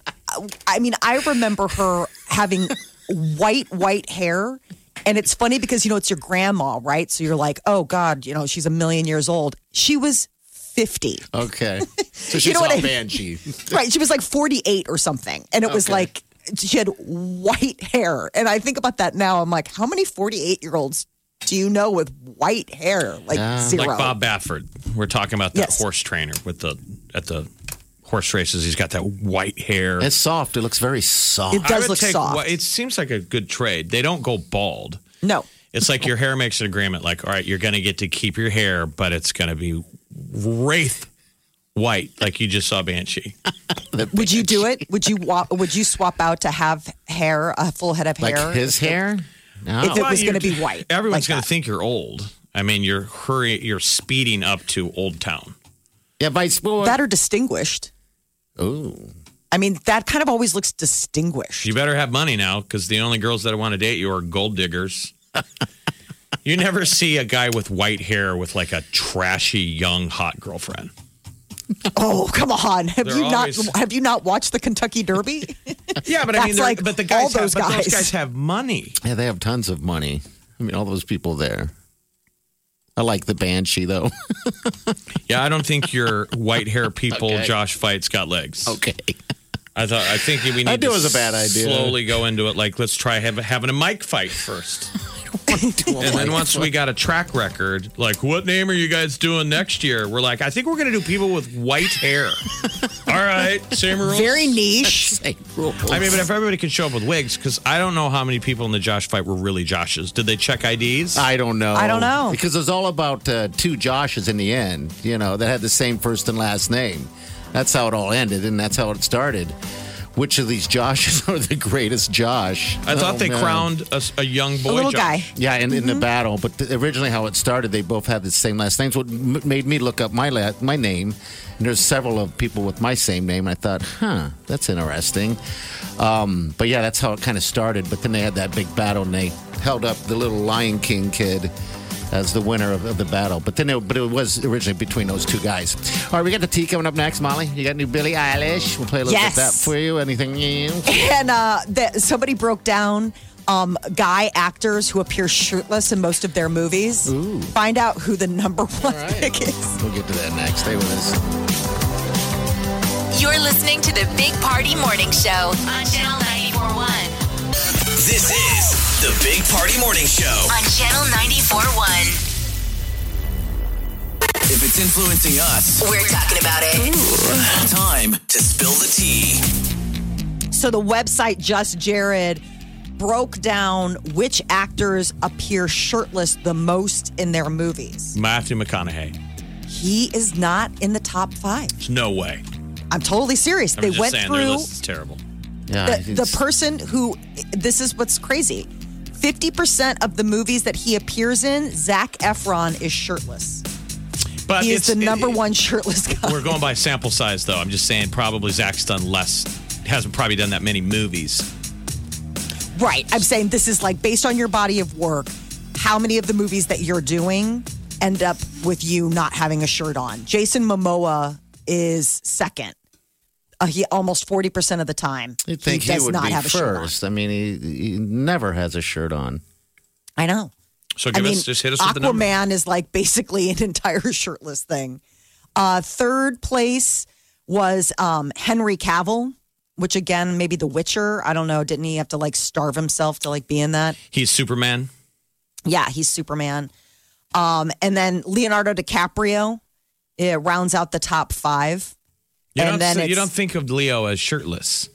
Speaker 5: I mean, I remember her having white, white hair. And it's funny because, you know, it's your grandma, right? So you're like, oh God, you know, she's a million years old. She was 50.
Speaker 6: Okay. So
Speaker 5: You
Speaker 6: she's
Speaker 5: know what
Speaker 6: all
Speaker 5: I-
Speaker 6: banshee.
Speaker 5: Right. She was like 48 or something. And it was
Speaker 6: Okay.
Speaker 5: like, she had white hair. And I think about that now. I'm like, how many 48 year olds do you know with white hair? Like zero.
Speaker 7: Like Bob Baffert. We're talking about that horse trainer with the at the horse races. He's got that white hair.
Speaker 6: It's soft. It looks very soft.
Speaker 5: It does
Speaker 7: I would
Speaker 5: look
Speaker 7: take
Speaker 5: soft.
Speaker 7: whi- It seems like a good trade. They don't go bald.
Speaker 5: No.
Speaker 7: It's like your hair makes an agreement. Like, all right, you're going to get to keep your hair, but it's going to be wraith white, like you just saw Banshee.
Speaker 5: Would you do it? Would you wa- would you swap out to have hair, a full head of hair? If it
Speaker 7: Well,
Speaker 5: was
Speaker 7: you-
Speaker 5: going to be white.
Speaker 7: everyone's going to think you're old. I mean, you're hurry, you're speeding up to Old Town.
Speaker 6: Yeah, by sport.
Speaker 5: That are distinguished.
Speaker 6: Ooh.
Speaker 5: I mean, that kind of always looks distinguished.
Speaker 7: You better have money now because the only girls that want to date you are gold diggers. you never see a guy with white hair with like a trashy young hot girlfriend.
Speaker 5: Oh, come on. Have
Speaker 7: They're
Speaker 5: you not
Speaker 7: always-
Speaker 5: have you not watched the Kentucky Derby?
Speaker 7: Yeah, but I mean,
Speaker 5: That's
Speaker 7: they're-
Speaker 5: like
Speaker 7: but the guys
Speaker 5: all those
Speaker 7: have, but
Speaker 5: guys.
Speaker 7: those guys have money.
Speaker 6: Yeah, they have tons of money. I mean, all those people there. I like the banshee though.
Speaker 7: Yeah, I don't think your white hair people,
Speaker 6: Okay.
Speaker 7: Josh fights, got legs.
Speaker 6: Okay.
Speaker 7: I thought I think we need
Speaker 6: I
Speaker 7: to
Speaker 6: knew it was a bad idea.
Speaker 7: slowly go into it. Like, let's try have, having a mic fight first, and then once we got a track record, like, what name are you guys doing next year? We're like, I think we're gonna do people with white hair. All right, same rules.
Speaker 5: Very niche.
Speaker 7: I mean, but if everybody can show up with wigs, because I don't know how many people in the Josh fight were really Josh's. Did they check IDs?
Speaker 6: I don't know.
Speaker 7: I don't know.
Speaker 6: because it was all about uh, two Joshes in the end. You know that had the same first and last name. That's how it all ended, and that's how it started. Which of these Joshes are the greatest Josh?
Speaker 7: I thought
Speaker 6: Oh,
Speaker 7: they
Speaker 6: man.
Speaker 7: crowned a, s- a young boy. Josh.
Speaker 6: Yeah, in, in the
Speaker 5: Mm-hmm.
Speaker 6: battle. But th- originally, how it started, they both had the same last names. What m- made me look up my la- my name, and there's several of people with my same name. And I thought, huh, that's interesting. Um, but yeah, that's how it kind of started. But then they had that big battle, and they held up the little Lion King kid. As the winner of, of the battle, but then it, but it was originally between those two guys. All right, we got the tea coming up next, Molly. You got new Billie Eilish. We'll play a little
Speaker 5: Yes.
Speaker 6: bit of that for you. Anything new?
Speaker 5: and uh, that somebody broke down um, guy actors who appear shirtless in most of their movies. Find out who the number one pick is.
Speaker 6: We'll get to that next. Stay with us.
Speaker 4: You're listening to the Big Party Morning Show on Channel 941.
Speaker 3: This is the Big Party Morning Show.
Speaker 4: On Channel 941.
Speaker 3: If it's influencing us,
Speaker 4: We're talking about it.
Speaker 3: time to spill the tea.
Speaker 5: So the website Just Jared broke down which actors appear shirtless the most in their movies.
Speaker 7: Matthew McConaughey.
Speaker 5: He is not in the top five.
Speaker 7: There's no way.
Speaker 5: I'm totally serious.
Speaker 7: I'm
Speaker 5: they
Speaker 7: just
Speaker 5: went
Speaker 7: saying their
Speaker 5: through
Speaker 7: list is terrible.
Speaker 5: the, the person who this is what's crazy 50% of the movies that he appears in zach efron is shirtless
Speaker 7: But
Speaker 5: he is
Speaker 7: it's-
Speaker 5: the
Speaker 7: it-
Speaker 5: number one shirtless guy
Speaker 7: We're going by sample size, though. I'm just saying, probably Zach's done less, hasn't probably done that many movies.
Speaker 5: right i'm saying this is like based on your body of work how many of the movies that you're doing end up with you not having a shirt on jason momoa is second uh, he almost 40% of the time
Speaker 6: You'd think
Speaker 5: he
Speaker 6: he,
Speaker 5: does
Speaker 6: would
Speaker 5: not
Speaker 6: be
Speaker 5: have a shirt on
Speaker 6: first. I mean, he, he never has a shirt on.
Speaker 5: i know
Speaker 7: So
Speaker 5: I
Speaker 7: give
Speaker 5: mean,
Speaker 7: us, just hit us
Speaker 5: Aquaman
Speaker 7: with the number.
Speaker 5: is like basically an entire shirtless thing. Uh, third place was um, Henry Cavill, which again, maybe The Witcher. I don't know. Didn't he have to like starve himself to like be in that?
Speaker 7: He's Superman.
Speaker 5: Yeah, he's Superman. Um, and then Leonardo DiCaprio it rounds out the top five.
Speaker 7: You
Speaker 5: and
Speaker 7: don't,
Speaker 5: then
Speaker 7: say- you
Speaker 5: it's-
Speaker 7: don't think of Leo as shirtless.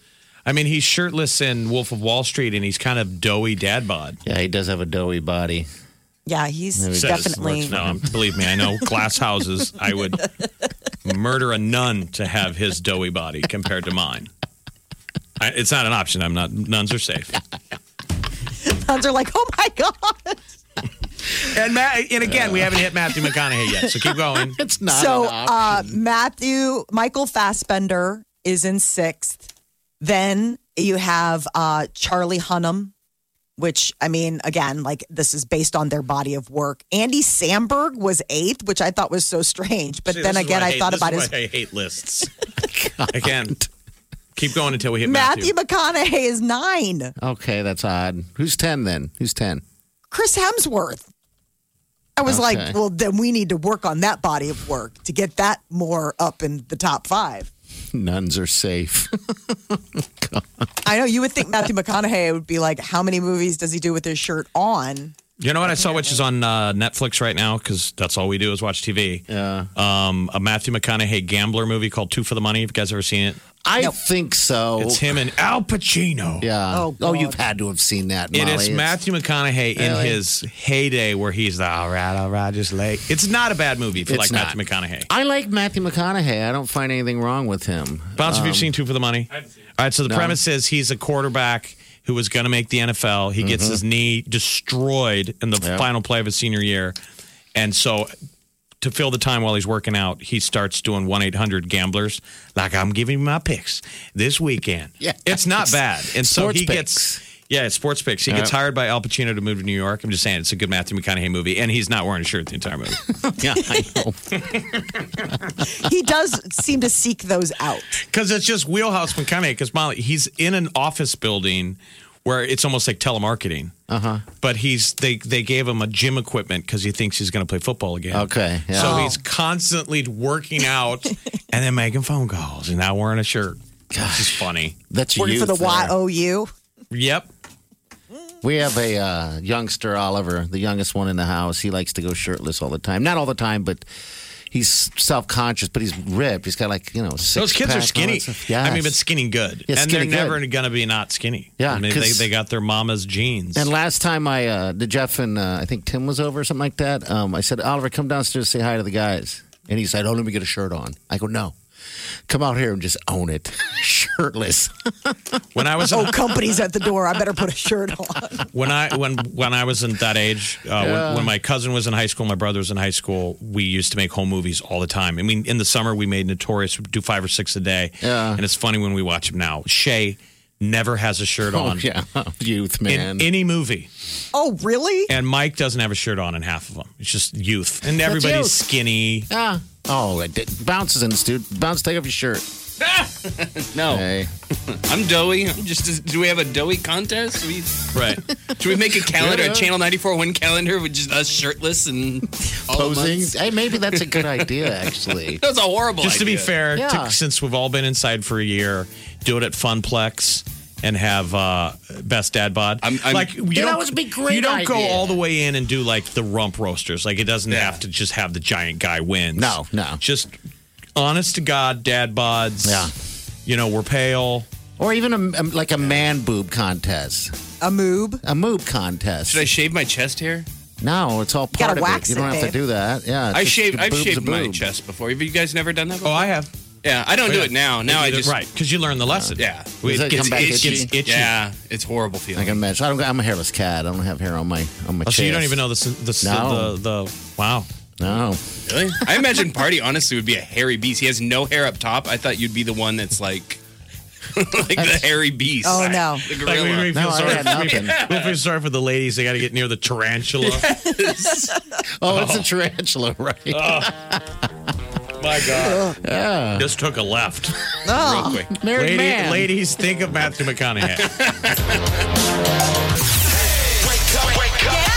Speaker 7: I mean, he's shirtless in Wolf of Wall Street, and he's kind of doughy dad bod.
Speaker 6: Yeah, he does have a doughy body.
Speaker 5: yeah, he's
Speaker 7: Says-
Speaker 5: definitely
Speaker 7: No, I'm- believe me, I know glass houses. I would murder a nun to have his doughy body compared to mine. I, it's not an option. I'm not. Nuns are safe.
Speaker 5: sounds are like, oh my God.
Speaker 7: And Matt, and again, we haven't hit Matthew McConaughey yet, so keep going.
Speaker 6: It's
Speaker 5: so uh, Matthew Michael Fassbender is in sixth. Then you have uh, Charlie Hunnam, which I mean, again, like this is based on their body of work. Andy Samberg was eighth, which I thought was so strange. But
Speaker 7: See,
Speaker 5: then
Speaker 7: this is
Speaker 5: again,
Speaker 7: why
Speaker 5: I,
Speaker 7: hate-
Speaker 5: thought
Speaker 7: this
Speaker 5: about
Speaker 7: is
Speaker 5: his
Speaker 7: why I hate lists. again, keep going until we hit
Speaker 5: Matthew
Speaker 7: Matthew.
Speaker 5: McConaughey is nine.
Speaker 6: Okay, that's odd. Who's 10 then? Who's 10?
Speaker 5: Chris Hemsworth. I was
Speaker 6: Okay.
Speaker 5: like, well, then we need to work on that body of work to get that more up in the top five.
Speaker 6: Nuns are safe.
Speaker 5: I know you would think Matthew McConaughey would be like, how many movies does he do with his shirt on?
Speaker 7: You know what? I saw which is on uh, Netflix right now because that's all we do is watch TV. Yeah. Um, a Matthew McConaughey gambler movie called Two for the Money. If you guys ever seen it,
Speaker 6: I think so.
Speaker 7: it's him and Al Pacino.
Speaker 6: Oh. Yeah.
Speaker 5: Oh,
Speaker 6: Oh, you've had to have seen that.
Speaker 7: It
Speaker 6: Molly.
Speaker 7: is
Speaker 6: It's-
Speaker 7: Matthew McConaughey in
Speaker 6: Really?
Speaker 7: his heyday where he's the all right, all right, just late. It's not a bad movie if you
Speaker 6: It's
Speaker 7: like
Speaker 6: not.
Speaker 7: Matthew McConaughey.
Speaker 6: I like Matthew McConaughey. I don't find anything wrong with him.
Speaker 7: Bounce, if you've seen Two for the Money. All right, so the
Speaker 6: Um, No.
Speaker 7: premise is he's a quarterback who was going to make the NFL. He gets his knee destroyed in the
Speaker 6: Mm-hmm. Yeah.
Speaker 7: final play of his senior year. And so to fill the time while he's working out, he starts doing 1 800 gamblers, like I'm giving you my picks this weekend.
Speaker 6: Yeah.
Speaker 7: It's not bad. And so
Speaker 6: Sports
Speaker 7: he gets. Yeah, it's sports picks. He gets
Speaker 6: Yeah.
Speaker 7: hired by Al Pacino to move to New York. I'm just saying, it's a good Matthew McConaughey movie, and he's not wearing a shirt the entire movie.
Speaker 6: Yeah, I know.
Speaker 5: He does seem to seek those out.
Speaker 7: Because it's just wheelhouse McConaughey. Because Molly, he's in an office building where it's almost like telemarketing. Uh
Speaker 6: Uh-huh.
Speaker 7: huh. But he's they they gave him a gym equipment because he thinks he's going to play football again.
Speaker 6: Okay, yeah.
Speaker 7: So he's constantly working out and then making phone calls and now wearing a shirt. This is funny.
Speaker 6: That's
Speaker 5: Working
Speaker 6: you
Speaker 5: for the
Speaker 6: there.
Speaker 5: YOU.
Speaker 7: Yep.
Speaker 6: We have a uh, youngster, Oliver, the youngest one in the house. He likes to go shirtless all the time. Not all the time, but he's self conscious, but he's ripped. He's got like, you know, six
Speaker 7: Those kids are skinny.
Speaker 6: Yeah.
Speaker 7: I mean, but skinny good.
Speaker 6: Yeah,
Speaker 7: and
Speaker 6: skinny
Speaker 7: they're never
Speaker 6: good.
Speaker 7: going to be not skinny.
Speaker 6: Yeah,
Speaker 7: I mean, they,
Speaker 6: 'cause-
Speaker 7: they got their mama's jeans.
Speaker 6: And last time I, uh, the Jeff and uh, I think Tim was over or something like that. Um, I said, Oliver, come downstairs, say hi to the guys. And he said, Oh, let me get a shirt on. I go, No, come out here and just own it, shirtless.
Speaker 7: when I was in
Speaker 5: Oh, company's at the door. I better put a shirt on.
Speaker 7: when I when when I was in that age, uh, when, when my cousin was in high school, my brother was in high school, we used to make home movies all the time. I mean, in the summer we made Notorious, we'd do five or six a day.
Speaker 6: Yeah.
Speaker 7: And it's funny when we watch them now. Shay never has a shirt
Speaker 6: Oh,
Speaker 7: on
Speaker 6: yeah, youth man.
Speaker 7: in any movie,
Speaker 5: Oh, really?
Speaker 7: and Mike doesn't have a shirt on in half of them. It's just youth, and everybody's
Speaker 6: youth.
Speaker 7: skinny.
Speaker 6: yeah. Oh, it did- bounces in, dude. Bounce, take off your shirt.
Speaker 7: Ah!
Speaker 13: No,
Speaker 6: Hey.
Speaker 13: I'm doughy. I'm just. Do we have a doughy contest? We,
Speaker 7: Right.
Speaker 13: should we make a calendar, a Channel 94 one calendar with just us shirtless and all of
Speaker 6: posing.
Speaker 13: us?
Speaker 6: Hey, maybe that's a good idea, actually.
Speaker 13: That's a horrible.
Speaker 7: Just to be
Speaker 13: idea.
Speaker 7: fair,
Speaker 6: Yeah.
Speaker 7: to- since we've all been inside for a year, do it at Funplex and have uh, best dad bod.
Speaker 13: I'm- I'm-
Speaker 7: like you
Speaker 6: Yeah, that
Speaker 7: don't-
Speaker 6: would be great
Speaker 7: You don't go
Speaker 6: idea.
Speaker 7: all the way in and do like the rump roasters. Like it doesn't have to just have the giant guy wins.
Speaker 6: No, no.
Speaker 7: Just honest to god dad bods.
Speaker 6: Yeah.
Speaker 7: you know we're pale.
Speaker 6: Or even a, a- like a man boob contest,
Speaker 5: A moob.
Speaker 6: a moob contest.
Speaker 13: Should I shave my chest hair?
Speaker 6: no, it's all part
Speaker 5: gotta
Speaker 6: of
Speaker 5: wax
Speaker 6: it. You don't
Speaker 5: it,
Speaker 6: have to
Speaker 5: babe.
Speaker 6: do that. Yeah, it's
Speaker 13: I
Speaker 6: just
Speaker 13: shaved.
Speaker 6: a
Speaker 13: I've
Speaker 6: boob's a
Speaker 13: shaved my
Speaker 6: boob.
Speaker 13: chest before. Have you guys never done that? Before?
Speaker 7: I have.
Speaker 13: yeah. I don't Oh, do
Speaker 7: Oh,
Speaker 13: it
Speaker 7: yeah.
Speaker 13: now. Now I just.
Speaker 7: right because you learn the lesson.
Speaker 13: Yeah.
Speaker 7: it,
Speaker 6: Does that
Speaker 7: gets,
Speaker 6: come back
Speaker 7: it
Speaker 6: itchy?
Speaker 7: gets itchy.
Speaker 13: Yeah. It's horrible feeling.
Speaker 6: I can imagine. I don't. I'm a hairless cat. I don't have hair on my on my
Speaker 7: Oh,
Speaker 6: chest.
Speaker 7: so you don't even know the the,
Speaker 6: No.
Speaker 7: the, the, the wow.
Speaker 6: No.
Speaker 13: Really? I imagine Party honestly would be a hairy beast. He has no hair up top. I thought you'd be the one that's like, like the hairy beast.
Speaker 5: Oh, no.
Speaker 13: The
Speaker 7: Like,
Speaker 13: gorilla.
Speaker 7: we, we
Speaker 6: No,
Speaker 7: feel
Speaker 6: I
Speaker 7: sorry
Speaker 6: had
Speaker 7: for-
Speaker 6: nothing.
Speaker 7: we feel sorry for the ladies. They got to get near the tarantula.
Speaker 6: Oh, it's a tarantula, right?
Speaker 7: Oh, My God.
Speaker 6: yeah.
Speaker 7: Just took a left.
Speaker 5: Oh.
Speaker 7: Quick.
Speaker 6: Married
Speaker 7: Lady-
Speaker 6: man.
Speaker 7: Ladies, think of Matthew McConaughey.
Speaker 3: Wake up, wake up.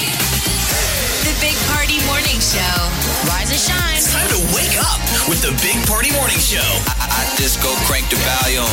Speaker 4: The Big Party Morning Show. Rise and shine.
Speaker 3: Time to wake up with the Big Party Morning Show. I, I just go crank the volume.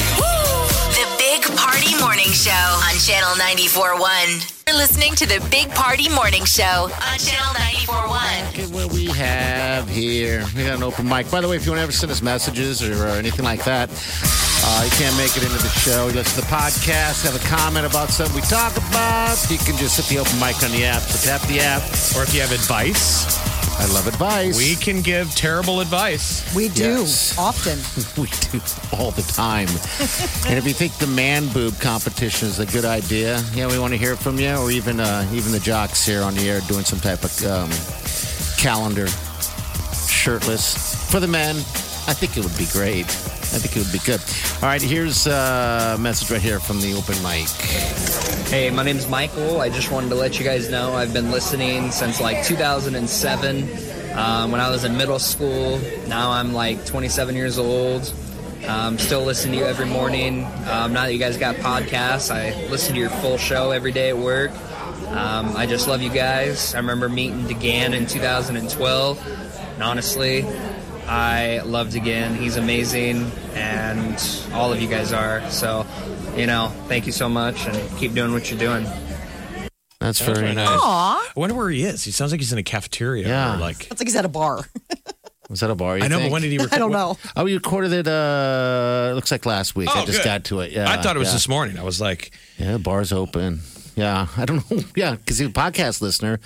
Speaker 4: The Big Party Morning Show on Channel 94.1. You're listening to the Big Party Morning Show on Channel 94.1.
Speaker 6: Look at what we have here. We got an open mic. By the way, if you want to ever send us messages or, or anything like that, uh, you can't make it into the show. You listen to the podcast, have a comment about something we talk about. You can just hit the open mic on the app. So tap the app.
Speaker 7: or if you have advice,
Speaker 6: I love advice.
Speaker 7: We can give terrible advice.
Speaker 5: We do
Speaker 6: Yes.
Speaker 5: often.
Speaker 6: we do all the time. and if you think the man boob competition is a good idea, yeah, we want to hear from you, or even uh, even the jocks here on the air doing some type of um, calendar, shirtless for the men. I think it would be great. I think it would be good. All right, here's uh, a message right here from the open mic.
Speaker 14: Hey, my name's Michael. I just wanted to let you guys know I've been listening since like 2007 um, when I was in middle school. Now I'm like 27 years old. Um, still listen to you every morning. Um, now that you guys got podcasts, I listen to your full show every day at work. Um, I just love you guys. I remember meeting DeGan in 2012, and honestly, I love DeGan. He's amazing, and all of you guys are. So, you know, thank you so much, and keep doing what you're doing.
Speaker 6: That's
Speaker 7: That's
Speaker 6: very
Speaker 7: very
Speaker 6: nice.
Speaker 7: nice. I wonder where he is. He sounds like he's in a cafeteria.
Speaker 6: Yeah.
Speaker 7: Or like
Speaker 5: It's like he's at a bar.
Speaker 6: Was that a bar? you
Speaker 7: I know,
Speaker 6: think?
Speaker 7: but when did he? Record?
Speaker 5: I don't know.
Speaker 6: Oh, we recorded it. Uh, looks like last week.
Speaker 7: Oh,
Speaker 6: I just
Speaker 7: good.
Speaker 6: got to it. Yeah,
Speaker 7: I thought it was
Speaker 6: yeah.
Speaker 7: this morning. I was like,
Speaker 6: Yeah, bar's open. Yeah, I don't know. Yeah, because you're a podcast listener.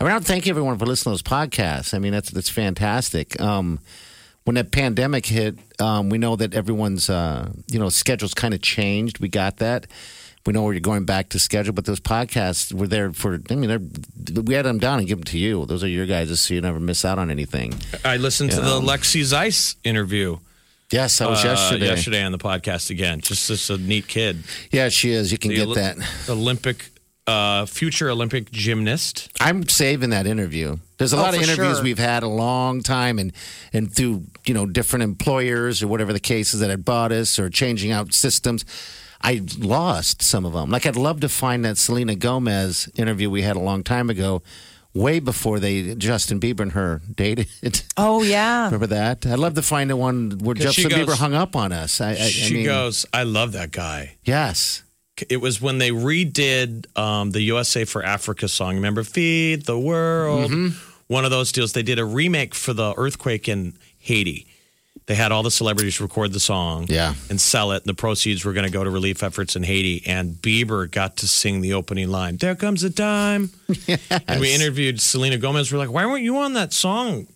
Speaker 6: I mean, I thank everyone for listening to those podcasts. I mean, that's that's fantastic. Um, when the pandemic hit, um, we know that everyone's uh, you know schedules kind of changed. We got that. We know we're going back to schedule, but those podcasts were there for. I mean, they're, we had them down and give them to you. Those are your guys, so you never miss out on anything.
Speaker 7: I listened to the
Speaker 6: Yeah.
Speaker 7: Lexi Zeiss interview.
Speaker 6: Yes, that was
Speaker 7: uh,
Speaker 6: yesterday.
Speaker 7: Yesterday on the podcast again. Just just a neat kid.
Speaker 6: Yeah, she is. You can
Speaker 7: The
Speaker 6: get
Speaker 7: Oli-
Speaker 6: that.
Speaker 7: Olympic, uh, future Olympic gymnast.
Speaker 6: I'm saving that interview. There's a
Speaker 7: Oh,
Speaker 6: lot of
Speaker 7: for
Speaker 6: interviews
Speaker 7: sure.
Speaker 6: we've had a long time, and and through you know different employers or whatever the cases that had bought us or changing out systems. I lost some of them. Like I'd love to find that Selena Gomez interview we had a long time ago, way before they Justin Bieber and her dated.
Speaker 5: Oh yeah.
Speaker 6: Remember that? I'd love to find the one where
Speaker 7: 'Cause she
Speaker 6: Justin Bieber
Speaker 7: goes-
Speaker 6: hung up on us. I, I, I
Speaker 7: she
Speaker 6: mean,
Speaker 7: goes, I love that guy.
Speaker 6: Yes.
Speaker 7: It was when they redid um, the USA for Africa song. Remember, Feed the World?
Speaker 6: Mm-hmm.
Speaker 7: One of those deals. They did a remake for the earthquake in Haiti. They had all the celebrities record the song
Speaker 6: Yeah.
Speaker 7: and sell it, and the proceeds were going to go to relief efforts in Haiti. And Bieber got to sing the opening line There comes a dime. And we interviewed Selena Gomez. We're like, Why weren't you on that song?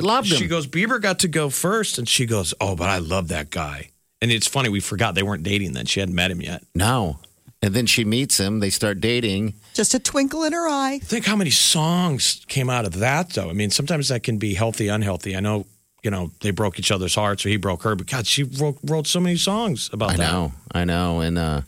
Speaker 6: She loved
Speaker 7: she
Speaker 6: him.
Speaker 7: goes, Bieber got to go first. And she goes, Oh, but I love that guy. And it's funny, we forgot they weren't dating then. She hadn't met him yet.
Speaker 6: No. And then she meets him. They start dating.
Speaker 5: Just a twinkle in her eye.
Speaker 7: Think how many songs came out of that, though. I mean, sometimes that can be healthy, unhealthy. I know, you know, they broke each other's hearts or he broke her, but God, she wrote, wrote so many songs about
Speaker 6: I
Speaker 7: that.
Speaker 6: know, I know, and uh,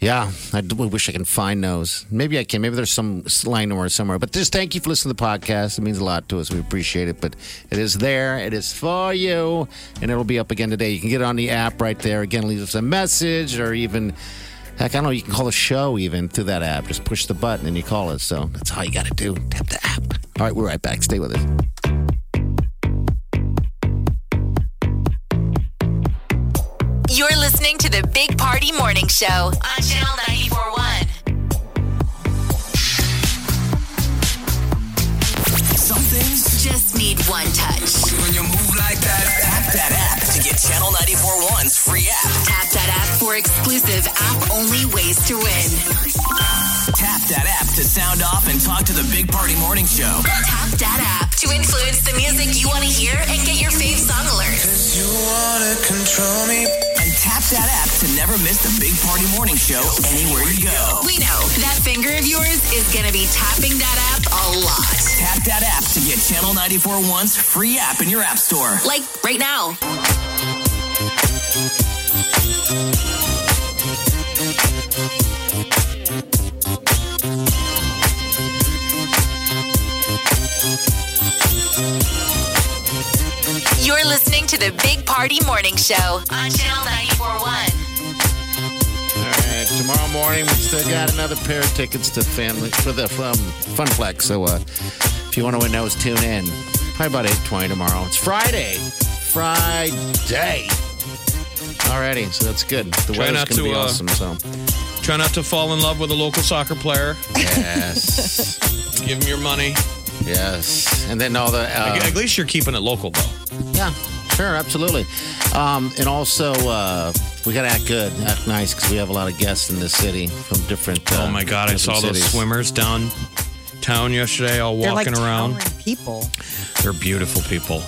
Speaker 6: yeah, I do wish I can find those. Maybe I can. Maybe there's some line or somewhere. But just thank you for listening to the podcast. It means a lot to us. We appreciate it. But it is there. It is for you, and it'll be up again today. You can get it on the app right there. Again, leave us a message or even. Heck, I don't know. You can call the show even through that app. Just push the button and you call us. So that's all you got to do. Tap the app. All right, we're right back. Stay with us.
Speaker 4: You're listening to the Big Party Morning Show on Channel 941.
Speaker 3: Some things
Speaker 4: just need one touch.
Speaker 3: When you move like that, tap that app to get Channel 94.1's free app.
Speaker 4: Tap that app for exclusive app only ways to win.
Speaker 3: Tap that app to sound off and talk to the Big Party Morning Show.
Speaker 4: Tap that app to influence the music you want to hear and get your fave song alerts.
Speaker 3: You wanna control me? And tap that app to never miss the Big Party Morning Show anywhere you go.
Speaker 4: We know that finger of yours is going to be tapping that app a lot.
Speaker 3: Tap that app to get Channel 94.1's free app in your app store.
Speaker 4: Like right now. You're listening to the Big Party Morning Show on Channel 941.
Speaker 6: All right, tomorrow morning we still got another pair of tickets to family for the um, Funplex. So uh, if you want to win those, tune in. Probably about eight twenty tomorrow. It's Friday, Friday. Alrighty, so that's good. The
Speaker 7: Try
Speaker 6: weather's
Speaker 7: not
Speaker 6: gonna
Speaker 7: to,
Speaker 6: be
Speaker 7: uh,
Speaker 6: awesome. So
Speaker 7: Try not to fall in love with a local soccer player.
Speaker 6: yes,
Speaker 7: Give him your money.
Speaker 6: yes, and then all the uh,
Speaker 7: At least you're keeping it local, though.
Speaker 6: Yeah, sure, absolutely. Um, and also, uh, we got to act good, act nice, because we have a lot of guests in this city from different. Uh,
Speaker 7: oh my God, I
Speaker 6: different
Speaker 7: saw those
Speaker 6: cities.
Speaker 7: swimmers down town yesterday, all
Speaker 5: They're like
Speaker 7: walking around.
Speaker 5: towering people.
Speaker 7: They're beautiful people.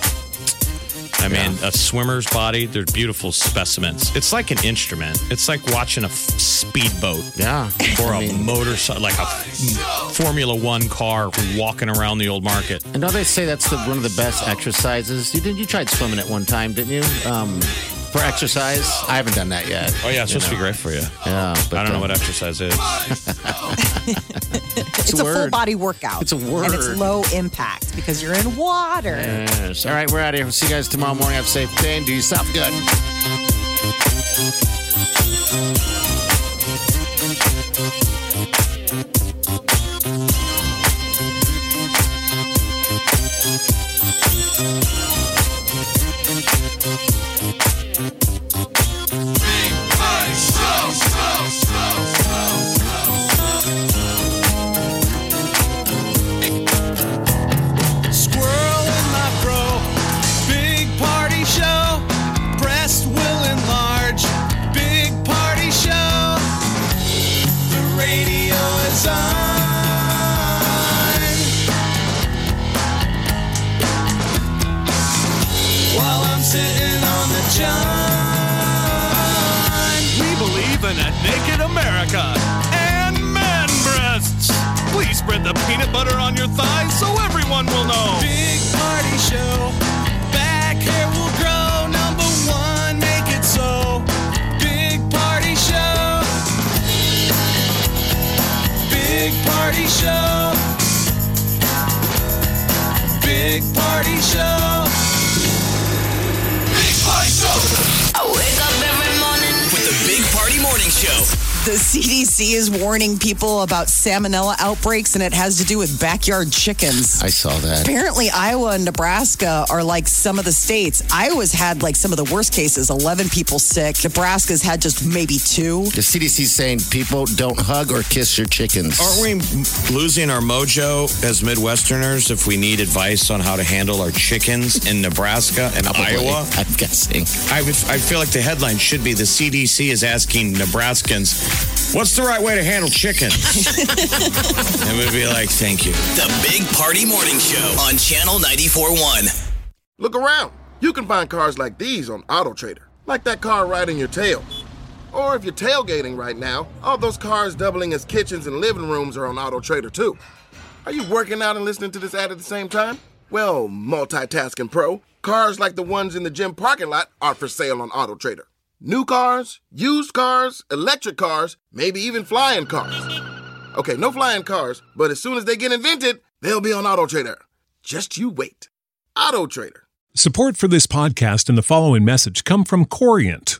Speaker 7: I mean, a swimmer's body, they're beautiful specimens. It's like an instrument. It's like watching a f- speedboat.
Speaker 6: Yeah.
Speaker 7: Or a motorcycle, like a f- Formula One car walking around the old market.
Speaker 6: And don't they say that's the, one of the best exercises? You did you tried swimming at one time, didn't you? Um, for exercise, I haven't done that yet.
Speaker 7: Oh, yeah, it's
Speaker 6: You
Speaker 7: supposed to be
Speaker 6: know.
Speaker 7: great for you.
Speaker 6: Yeah,
Speaker 7: I don't know
Speaker 6: um,
Speaker 7: what exercise is.
Speaker 5: It's, a, full body workout.
Speaker 6: It's a
Speaker 5: And it's
Speaker 6: word.
Speaker 5: low impact because you're in water.
Speaker 6: Yes. All right, we're out of here. We'll see you guys tomorrow morning. Have a safe day and do yourself good.
Speaker 15: Squirrel in my bro. Big party show. Breast will enlarge. Big party show. The radio is on. While I'm sitting on the john.
Speaker 16: We believe in a naked America and man breasts. Please spread the peanut butter on your thighs so everyone will know.
Speaker 15: Big party show. Back hair will grow. Number one, make it so. Big party show. Big party show. Big party show. Big party show.
Speaker 4: I wake up every morning.
Speaker 3: With the Big Party Morning Show.
Speaker 5: The CDC is warning people about salmonella outbreaks, and it has to do with backyard chickens.
Speaker 6: I saw that.
Speaker 5: Apparently, Iowa and Nebraska are like some of the states. Iowa's had like some of the worst cases 11 people sick. Nebraska's had just maybe two.
Speaker 6: The CDC's saying people don't hug or kiss your chickens.
Speaker 7: Aren't we losing our mojo as Midwesterners if we need advice on how to handle our chickens in Nebraska and
Speaker 6: Probably,
Speaker 7: Iowa?
Speaker 6: I'm guessing.
Speaker 7: I, would- I feel like the headline should be the CDC is asking Nebraskans, what's the right way to handle chickens? and we'd be like, thank you.
Speaker 3: The Big Party Morning Show on Channel 94.1.
Speaker 17: Look around. You can find cars like these on AutoTrader, like that car riding your tail. Or if you're tailgating right now, all those cars doubling as kitchens and living rooms are on AutoTrader too. Are you working out and listening to this ad at the same time? Well, multitasking pro, cars like the ones in the gym parking lot are for sale on AutoTrader. New cars, used cars, electric cars, maybe even flying cars. Okay, no flying cars, but as soon as they get invented, they'll be on AutoTrader. Just you wait. AutoTrader.
Speaker 18: Support for this podcast and the following message come from Corient.